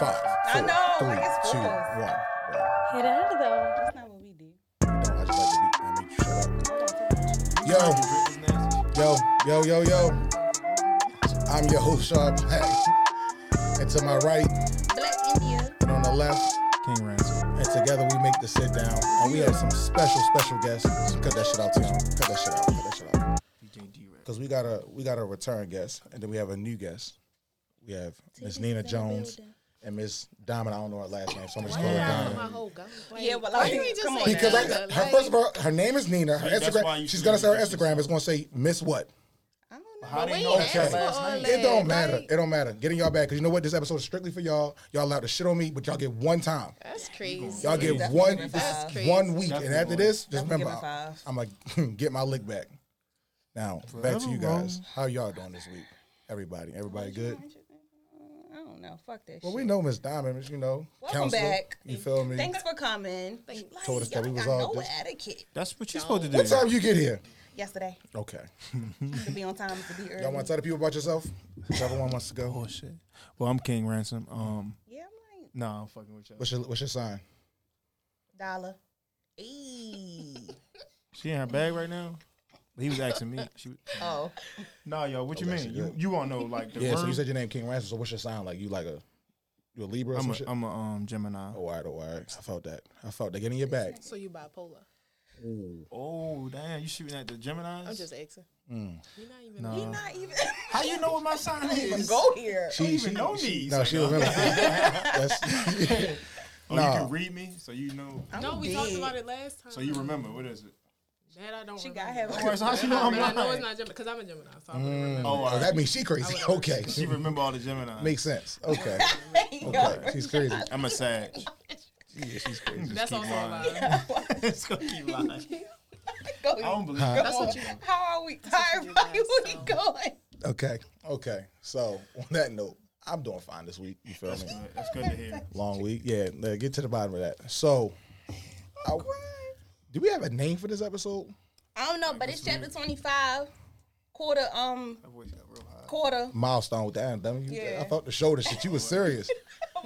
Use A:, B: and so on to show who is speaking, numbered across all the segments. A: Five,
B: I
A: four,
B: know,
A: three,
B: like, it's
A: two,
B: close.
A: one.
C: Hit it though.
B: That's not what we do.
A: No, I just like to be- I need you shut up. Yo, yo, yo, yo, yo. I'm your host, Shaw Black. And to my right
B: Black India.
A: and on the left,
D: King Ransom.
A: and together we make the sit down. And we have some special, special guests. Cut that shit out, Tim. Cut that shit out. Cut that shit out.
D: DJ D-Rex.
A: Because we got a we got a return guest, and then we have a new guest. We have Miss Nina Jones and Miss Diamond. I don't know her last name, so I'm just calling her Diamond.
B: Yeah, well, I
E: you
B: think,
E: just
B: come on.
E: say
A: Because
B: now.
A: I, her, first of all, her name is Nina. Her
D: See, that's why
A: Instagram,
D: you
A: she's
D: should
A: gonna say her
D: introduce
A: Instagram is gonna say Miss what?
B: I don't know.
D: How
E: But
D: they
E: we
D: know
E: asked
D: her
A: for
D: last
E: all
D: name?
E: that.
A: It don't
E: Like-
A: matter. It don't matter. Getting y'all back because you know what? This episode is strictly for y'all. Y'all allowed to shit on me, but y'all get one time.
E: That's crazy.
A: Y'all get
B: Definitely
A: one
B: giving
A: this-
B: five.
E: That's
A: one week, and
D: Definitely
A: after
D: one.
A: this, just
B: Definitely
A: remember,
B: giving five.
A: I'm gonna get my lick back. Now back to you
D: Forever
A: guys. How y'all doing this week? Everybody, everybody good.
B: I don't know. Fuck that
A: Well,
B: shit.
A: we know Miss Diamond, you know,
B: Welcome
A: counselor.
B: back.
A: You feel me?
B: Thanks for coming. Like,
A: Told us that we
B: y'all
A: was
B: got
A: all
B: no
A: dis-
B: etiquette.
D: That's what you're supposed to do.
A: What time you get here?
B: Yesterday,
A: Okay.
B: to be on time, is to be early.
A: Y'all want to tell the people about yourself? Whichever one wants to go.
D: Oh shit. Well, I'm King Ransom. Um,
B: yeah, I'm like
D: nah, I'm fucking with y'all.
A: What's your What's your sign?
B: dollar. Eee.
D: She in her bag right now. He was asking me. She,
B: Oh,
D: nah, yo, what you
A: Oh, that
D: mean?
A: shit
D: You
A: good.
D: you want to know like the
A: Yeah. So
D: room?
A: you said your name King Ransom. So what's your sign like? You like a you a Libra or
D: I'm
A: some
D: a,
A: shit?
D: I'm a um Gemini.
A: Oh, all right, oh, all right. I felt that. I felt that. Get in your bag.
E: So you bipolar?
D: Oh damn, you shooting at the Gemini's?
E: I'm just asking.
A: Mm.
E: You're not even.
B: he
D: Nah.
B: not even
D: How you know what my sign is?
B: go here.
A: She,
D: even know me.
A: No, she remember. That's,
D: Oh,
A: Nah.
D: you can read me, so you know.
B: I'm
E: No, we
B: dead.
E: talked about it last time.
D: So you remember what is it?
E: That I don't.
B: She got
E: remember.
B: him.
D: All right, so how she know
E: I
D: I'm
E: mean, I know
D: lying?
E: it's not Gemini because I'm a Gemini, so I wouldn't remember.
D: Oh, all
A: oh,
D: right.
A: that means she crazy. Okay,
D: she remember all the Gemini.
A: makes sense. Okay,
B: Yo,
A: okay, she's crazy.
D: I'm a Sag.
A: Yeah, she's crazy.
E: That's
D: keep
E: also a
D: lying.
E: lie.
D: it's gonna keep lying.
B: go
D: I
B: here.
D: don't believe.
A: Huh?
D: it.
E: That's what you.
B: How are we
E: what
B: tired?
E: you
B: Why are
E: do,
B: we
E: so.
B: going?
A: Okay, okay. So on that note, I'm doing fine this week. You feel
D: That's
A: me?
D: good. That's good to hear.
A: Long week. Yeah, let- get to the bottom of that. So, I, do we have a name for this episode?
B: I don't know, but it's chapter twenty five, quarter um
D: My voice got real high.
B: quarter.
A: Milestone. Damn, damn you,
B: Yeah.
A: I thought the shoulder shit. You was serious.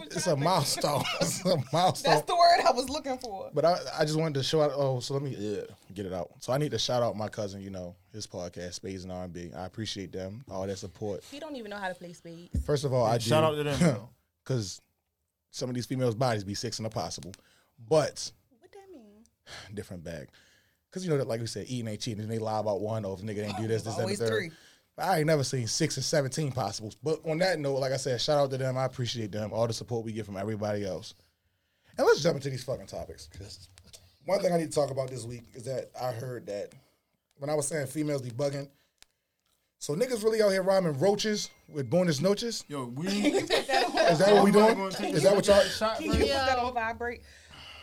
A: it's a milestone. it's a milestone.
B: That's the word I was looking for.
A: But I, I just wanted to shout out. Oh, so let me yeah, get it out. So I need to shout out my cousin. You know his podcast, Spades and R and B. I appreciate them, all that support.
B: He don't even know how to play spades.
A: First of all, I
D: Shout out to them. though.
A: because some of these females' bodies be six and a possible, but
B: What that mean?
A: different bag. Because you know that, like we said, eating ain't cheating. And they lie about one, or if nigga ain't do this, this, that, and
B: Always
A: the third.
B: three.
A: I ain't never seen six and seventeen possibles. But on that note, like I said, shout out to them. I appreciate them. All the support we get from everybody else. And let's jump into these fucking topics. 'cause one thing I need to talk about this week is that I heard that when I was saying females be bugging, so niggas really out here rhyming roaches with bonus noches.
D: Yo, we. Is
A: Is that what we doing? Is that what y'all?
D: Shot
B: Can you put
D: first?
B: that on vibrate?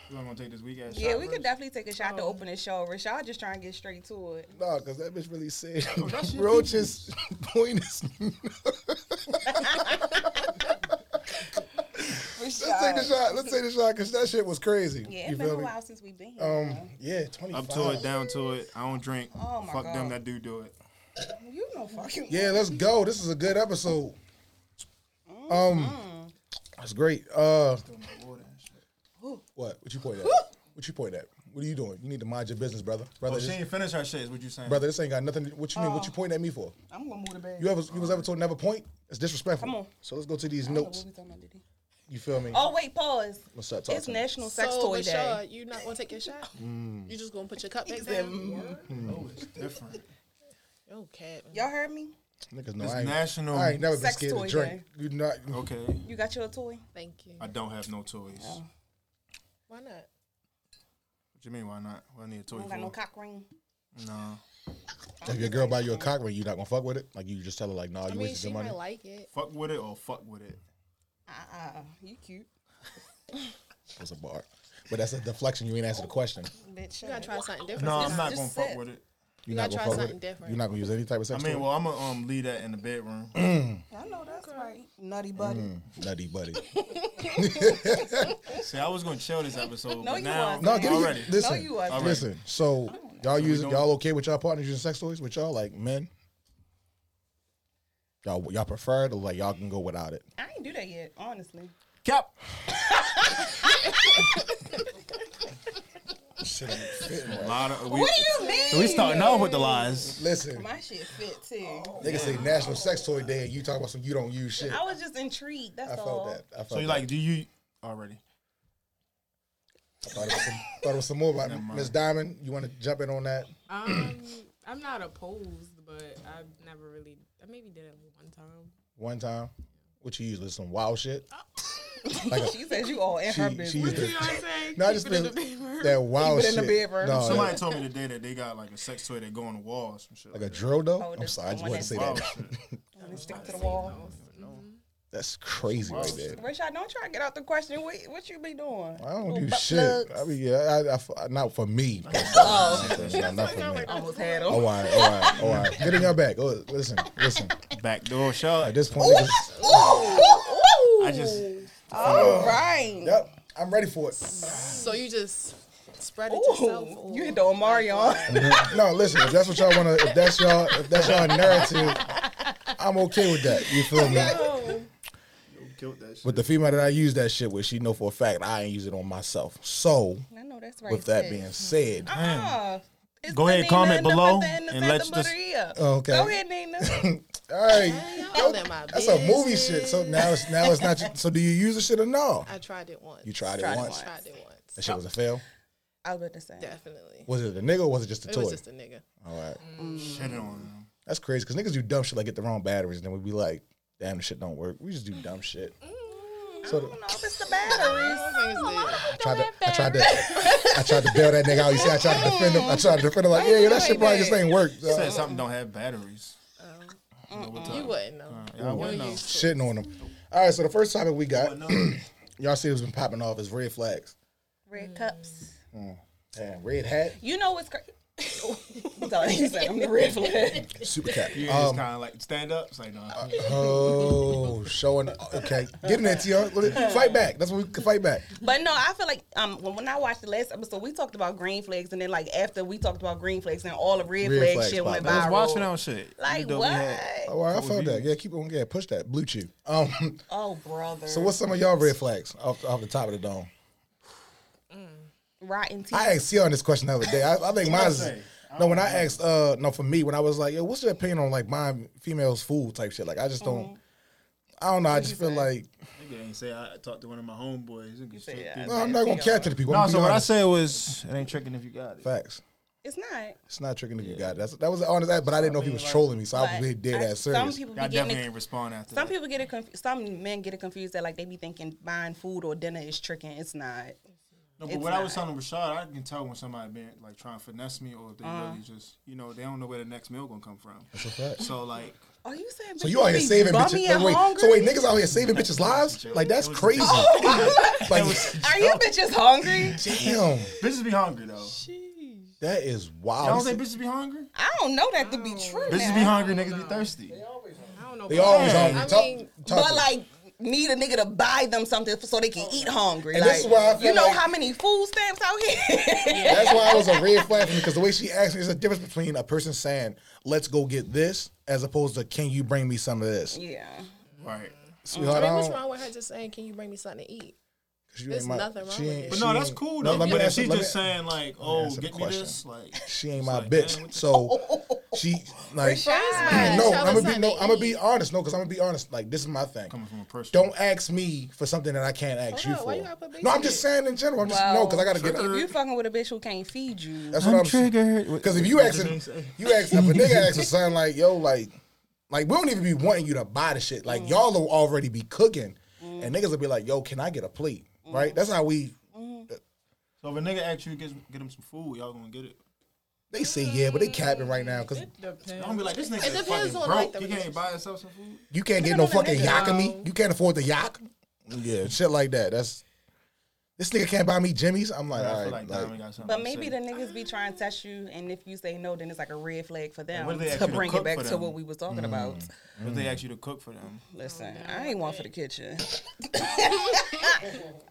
D: You want to take this weak ass shot?
B: Yeah, we could
D: first?
B: definitely take a shot to open this show. Rashad just trying to get straight to it.
A: No, because that bitch really said
D: that's your
A: roaches bonus. Let's take the shot. Let's take the shot because that shit was crazy.
B: Yeah,
A: you
B: it's been a
A: feel me?
B: while since we've been here.
A: Um, yeah, twenty five.
D: Up to it, down to it. I don't drink.
B: Oh, my
D: Fuck them
B: God.
D: that do do it.
B: you know fucking
A: Yeah, let's go. This is a good episode.
B: Mm-hmm.
A: Um, that's great. Uh, what? What you point at? What you point at? What are you doing? You need to mind your business, brother. Brother,
D: Oh,
A: this,
D: she ain't finished her shit. Is what you saying?
A: brother, this ain't got nothing. To, what you mean? What
B: Oh.
A: you pointing at me for?
B: I'm gonna move the bag.
A: You ever you was ever told never point? It's disrespectful.
B: Come on.
A: So let's go to these
B: I don't know what
A: notes.
B: we talking about today.
A: You feel me?
B: Oh wait, pause.
A: What's up? Talk
B: It's
A: to me.
B: National Sex
E: so,
B: Toy Day.
E: Rashad, you not gonna take your shot?
A: Mm.
E: You just gonna put your cup back
B: said, mm.
E: down?
D: Oh, it's different.
E: Oh, cat.
B: Y'all heard me?
A: Niggas know
D: It's
A: I ain't,
D: national.
A: I ain't never been
B: Sex
A: scared
B: toy
A: to drink. You not.
D: Okay,
B: You got your toy?
E: Thank you.
D: I don't have no toys.
B: Oh.
E: Why not?
D: What you mean? Why not? What I need a toy
B: You don't got no
D: for?
B: cock ring.
D: No.
A: If your girl buy you a cock ring, you not gonna fuck with it. Like you just tell her like, nah, you
E: I mean,
A: wasted
E: she
A: your money.
E: might like it.
D: Fuck with it or fuck with it.
B: Uh-uh. You cute.
A: It was a bar, but that's a deflection. You ain't answer the question.
B: Bitch.
E: You gotta try something different.
D: No,
E: Just-
D: I'm not
B: just
D: gonna
B: sit.
D: fuck with it.
A: You're
E: gotta try
A: with
E: something
A: it.
E: different.
A: You're not gonna use any type of
D: I
A: sex.
D: mean,
A: toy?
D: well, I'm gonna um, leave that in the bedroom.
B: I know that's right. Nutty buddy.
A: Mm. nutty buddy.
D: See, I was gonna chill this episode,
B: No,
D: but
B: you
D: now
B: wasn't.
A: No, get
D: already.
A: it. Listen,
B: No, you wasn't.
D: Already.
A: listen. So y'all use
D: don't-
A: y'all okay with y'all partners using sex toys with y'all like men? Y'all y'all prefer it or like y'all can go without it?
B: I ain't do that yet, honestly.
D: Cap.
A: Shit ain't fitting right.
D: Lot of- we,
B: you mean?
D: we starting off with the lies.
A: Listen,
B: My shit fit too.
A: they can say National Sex Toy Day and you talk about some you don't use shit.
B: I was just intrigued. That's
A: I
B: all.
A: felt that. I felt
D: So you
A: that.
D: like, do you already?
A: I thought it was some, thought it was some more about Miss Diamond. You want to jump in on that?
F: Um, I'm not opposed, but I've never really. I maybe did it like one time.
A: one time. What you usually some wild shit.
B: She says you all in her
A: She, she
B: business.
A: used
F: You know what I'm
A: to,
F: saying?
A: no, I
F: Keep
A: just
F: it in
A: been,
F: the paper.
A: that wild
B: Keep
A: shit.
B: it in the bedroom.
A: No,
D: Somebody
A: that-
D: told me today that they got like a sex toy that go on the walls and shit.
A: like a drill though.
B: Oh,
A: I'm
B: this
A: sorry, I just
B: one
A: wanted to
B: is
A: say
D: Wow,
A: that.
D: shit.
B: Stick to the wall.
A: That's crazy right there.
B: Rashad, don't try to get out the question. What, what you be doing?
A: I don't do
B: butt
A: shit.
B: plugs.
A: I mean, yeah, I, I, I, not for me. Not- not for me. Oh,
B: Almost had
A: All
B: him.
A: right, all right, all right. Get in your back. Oh, listen, listen.
D: Backdoor shot.
A: At this point, niggas,
B: Ooh, ooh,
D: I Oh, just
B: all right.
A: yep, I'm ready for it.
E: So you just spread it yourself.
B: Ooh, you hit the Omarion.
A: No, listen. If that's what y'all want to, if that's y'all, if that's y'all narrative, I'm okay with that. You feel me?
D: killed that shit.
A: But the female that I use that shit with, she know for a fact I ain't use it on myself. So
B: I know that's right.
A: with that
B: sis.
A: being said,
B: Ah, it's
D: Go ahead,
B: Nina
D: comment
B: and the
D: below
B: Fanta and the
D: and
B: Santa
D: let's just-
B: Maria.
A: Okay.
B: Go ahead, Nina.
A: all right,
E: Y'all in my
A: that's a movie
E: business.
A: shit. So now it's now it's not. So do you use the shit or no?
E: I tried it once.
A: You tried it
B: Tried it
A: once.
E: Tried it once.
A: That shit was a fail.
B: I was about to say.
E: Definitely.
A: Was it a nigga or was it just a
E: It
A: toy?
E: was just a nigga.
A: all right,
D: shit on them.
A: that's crazy because niggas do dumb shit like get the wrong batteries and then we be like, damn, the shit don't work. We just do dumb shit.
E: Mm-hmm.
A: So the,
B: I don't know if it's the batteries.
E: I think it's
A: I tried to, I tried to, I tried to bail that nigga out. You see, I tried to defend him. I tried to defend him like, yeah, yeah, that shit probably just ain't work. So,
D: Said something don't have batteries.
B: Oh.
E: the- You wouldn't
A: Uh,
E: know.
D: Yeah, I wouldn't know.
A: shitting on him. All right, so the first topic we got, y'all see what's been popping off is red flags.
B: Red cups.
A: Damn, red hat,
B: You know what's crazy? you said I'm the red flag.
A: super cap.
D: You
A: Um, uh,
D: just kind of like stand up. It's like, no.
A: oh, showing. Okay, get in there, T.R. Fight back. That's what we can fight back.
B: But no, I feel like um when, when I watched the last episode, we talked about green flags, and then like after we talked about green flags, and all the red,
A: Red
B: flag
A: flags
B: shit went
A: popped up.
D: I
B: viral.
D: was watching that shit.
B: like
D: Even though
B: what?
D: we had-
A: Oh, I found that. Yeah, keep on. Yeah, push that. Blue chew. Um,
B: Oh brother.
A: so what's some of y'all red flags off, off the top of the dome?
B: rotten teeth?
A: I asked on this question the other day. I, I think mine's no. When I asked, uh, no, for me, when I was like, yo, what's your opinion on like my females' food type shit? Like, I just don't. I don't know. I just feel like
D: Nigga ain't say I, I talked to one of my homeboys. Nigga straight
B: that.
D: through.
A: no, I'm not gonna catch to the people. I'm
D: No,
A: gonna
D: so
A: be
D: what I
A: honest.
D: said was, it ain't tricking if you got it.
A: facts.
B: it's not.
A: It's not tricking if you got it. That's, that was an honest, act, but I didn't know if he was trolling me, so I
B: But
A: was dead
B: I-
A: ass
B: Some
A: serious.
B: people be
D: I
B: getting
D: definitely
B: it-
D: ain't respond after
B: some
D: that.
B: people get it confused. Some men get it confused that like they be thinking buying food or dinner is tricking. It's not.
D: No, but
B: it's
D: what I was
B: not.
D: telling Rashad, I can tell when somebody been like trying to finesse me or if they really just, you know, they don't know where the next meal gonna come from.
A: That's a fact.
D: So like,
B: Are you saying?
A: So you out here saving bitches?
B: And
A: Wait, wait,
B: hungry?
A: so wait, niggas out here saving bitches' lives? Like that's crazy. like
B: Are you bitches hungry?
A: damn,
D: bitches be hungry though.
A: that is
D: I don't
A: wild.
D: think bitches be hungry.
B: I don't know that to be true.
D: Bitches
B: now.
D: be hungry, niggas be thirsty.
F: I don't know.
A: They always
D: Yeah.
A: hungry.
E: I
A: Talk-
E: mean,
A: talk to
B: But
A: me.
B: like need a nigga to buy them something f- so they can eat hungry.
A: And
B: like,
A: this is why I feel
B: you know
A: like-
B: how many food stamps out here?
A: That's why it was a red flag for me because the way she asked me, there's a difference between a person saying, "Let's go get this," as opposed to, "Can you bring me some of this?"
B: yeah.
D: Right.
A: Sweetheart, I
E: Like, what's
A: don't-
E: wrong with her just saying, "Can you bring me something to eat"?
A: 'cause you
E: there's
A: ain't my-
E: nothing wrong
A: she
E: with
A: ain't-
E: it.
D: But
A: she
D: no,
A: ain't-
D: that's cool
A: no,
D: though.
A: let me
D: but if
A: answer-
D: she's
A: let me-
D: just saying like, oh,
A: answer the
D: get me
A: question.
D: this, like
A: she ain't
D: it's
A: my
D: like,
A: bitch,
D: man, what the-
A: so she like.
E: Rashad,
A: No,
E: tell
A: I'm
E: us
A: gonna be
E: how
A: no,
E: they
A: I'm gonna be
E: eat.
A: honest. No, because I'm gonna be honest. Like this is my thing.
D: coming from a personal.
A: Don't ask me for something that I can't ask
E: Hold on, why
A: you
E: you
A: for.
E: gotta put big
A: no, I'm
E: in
A: just
E: it?
A: saying in general. I'm just
B: Wow.
A: no, because I gotta get.
B: If you fucking with a bitch who can't feed you,
A: That's what I'm,
D: triggered.
A: Because if you ask, you ask if a nigga asks a son like, yo, like, like we don't even be wanting you to buy the shit.
E: Mm.
A: Like y'all will already be cooking, and niggas will be like, yo, can I get a plate?
E: Mm.
A: Right? That's how we.
D: So if a nigga asks you to get, get him some food, y'all gonna get it.
A: They say yeah, but they capping right now because
D: I'm gonna be like, this nigga
E: It
D: is
E: depends
D: fucking
E: on,
D: broke.
E: like, the
D: he can't buy himself some food.
A: you can't get no fucking yakami. You can't afford the yak. Yeah, shit like that. That's this nigga can't buy me Jimmy's. I'm like,
D: I
A: all
D: feel
A: right,
D: like,
A: like,
D: Diamond got something.
B: but
D: to
B: maybe
D: say.
B: the niggas be trying to test you, and if you say no, then it's like a red flag for them
D: What if they ask
B: to
D: you to
B: bring
D: cook
B: it back
D: for
B: to
D: them?
B: what we was talking about.
D: If they ask you to cook for them,
B: Listen, I ain't one for the kitchen.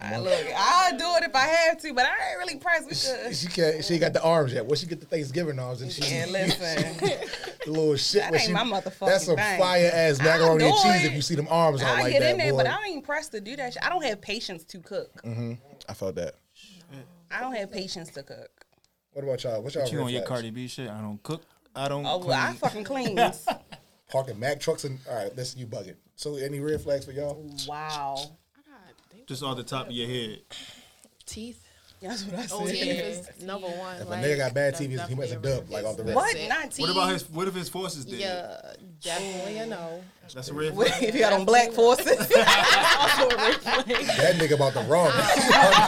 B: I look, I'll do it if I have to, but I ain't really priced. We should.
A: she can't. She ain't got the arms yet. Well, she get the Thanksgiving arms and she.
B: Yeah, listen.
A: little shit.
B: That
A: when
B: ain't
A: she-
B: my motherfucking
A: That's some
B: thing.
A: fire ass macaroni and
B: know
A: cheese.
B: it.
A: If you see them arms out
B: I
A: like
B: get
A: that,
B: in there,
A: boy.
B: but I ain't pressed to do that shit. I don't have patience to cook.
A: I felt that.
B: I don't have patience to cook.
A: What about y'all? What y'all?
G: You
A: red
G: on your
A: flags?
G: Cardi B shit? I don't cook. I don't.
B: Oh, well, I
G: clean.
B: fucking clean.
A: Parking Mack trucks and all right. Listen, you bugging. So any red flags for y'all?
B: wow.
G: Just off the top of your head.
E: Teeth.
B: That's what I said.
E: Teeth is number one.
A: If
E: like,
A: a nigga got bad
E: that's
A: TVs, he must have
E: definitely a
A: dubbed like
E: red
A: off the
E: flag.
A: rest.
B: What?
E: That's it.
B: Not
G: What about his? What if his forces did?
E: Yeah, definitely a no.
G: That's a red
B: Wait,
G: flag.
B: if you got on black forces,
A: That nigga about the wrong.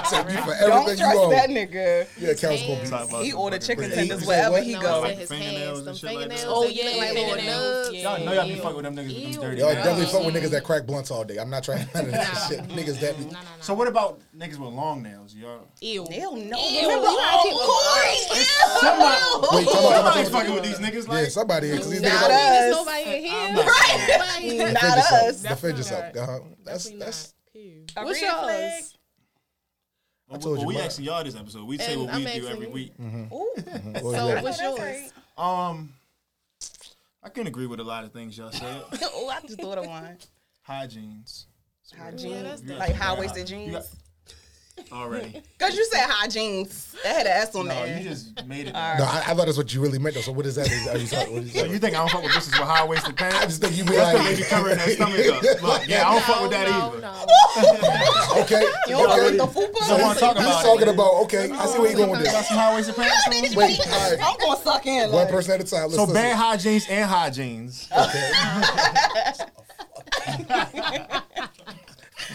A: Take you for everything
B: don't
A: you
B: trust
A: own.
B: that nigga.
A: Your account's gonna be.
G: Talk about
B: He
G: some
B: order
G: fucking
B: chicken
G: bread.
B: tenders
A: You said
B: wherever
A: what?
B: he
E: No,
B: go.
E: I said his
G: Fingernails
E: hands,
G: and
E: them
G: shit like
E: fingernails.
G: that.
E: Oh yeah,
H: yeah,
E: like little
H: fingernails,
E: nubs.
H: yeah.
G: Y'all know y'all be fucking with them niggas with
E: Ew.
G: them dirty.
A: Y'all
G: mouths.
A: definitely fuck with niggas that crack blunts all day. I'm not trying none of that shit. Niggas that be
G: So what about niggas with long nails? Y'all.
H: Ew.
B: Hell no.
H: Ew.
B: Remember, oh, Corey.
A: wait. Come on, come
G: Somebody's
A: on.
G: fucking with these niggas.
A: Yeah,
G: Like,
A: somebody is. 'cause These niggas
B: Not
A: like,
E: There's
B: us.
E: nobody in here.
B: Right.
A: defend
B: Not
A: yourself.
B: us.
A: Defend
H: Definitely
A: yourself.
H: not.
A: Uh-huh. That's
H: Definitely
A: that's.
H: not. Period.
B: A
E: What's
B: red flag?
E: yours?
G: I
A: told you Mm-hmm.
G: we
A: mine.
G: asking y'all this episode. We say
E: And
G: what
E: I'm
G: we do
E: asking
G: every
E: you.
G: week.
B: Ooh.
A: what was
E: So
A: that?
E: what's
B: Oh, That's
E: yours?
B: right.
G: Um, I can agree with a lot of things y'all said.
B: oh, I just thought of one.
G: High jeans.
B: High
E: that's
B: jeans.
G: You got-
B: Like high waisted
G: you got-
B: jeans.
G: Already.
B: Because you said high jeans. That had an S on
G: No,
B: there.
G: you just made it.
A: No, I, I thought that's what you really meant though. So what is that? Are you talking? What is
G: So
A: that?
G: you think I don't fuck with bitches with high waisted
A: I
G: pants?
A: just think you be
G: That's gonna be
A: like,
G: covering their stomach up. Look, yeah, I don't fuck with that
E: no,
G: either.
E: No,
A: okay,
B: You don't fuck
A: okay.
B: with the fupa?
G: So wanna talk
A: He's
G: about
A: talking
G: it.
A: about okay. I see where you going with
G: You got
A: this.
G: some high waisted pants. on?
A: Wait, all right.
B: I'm gonna suck
A: One
B: in. Like,
A: person at a time. Let's
G: So
A: listen.
G: bad high jeans and high
A: Oh,
G: jeans.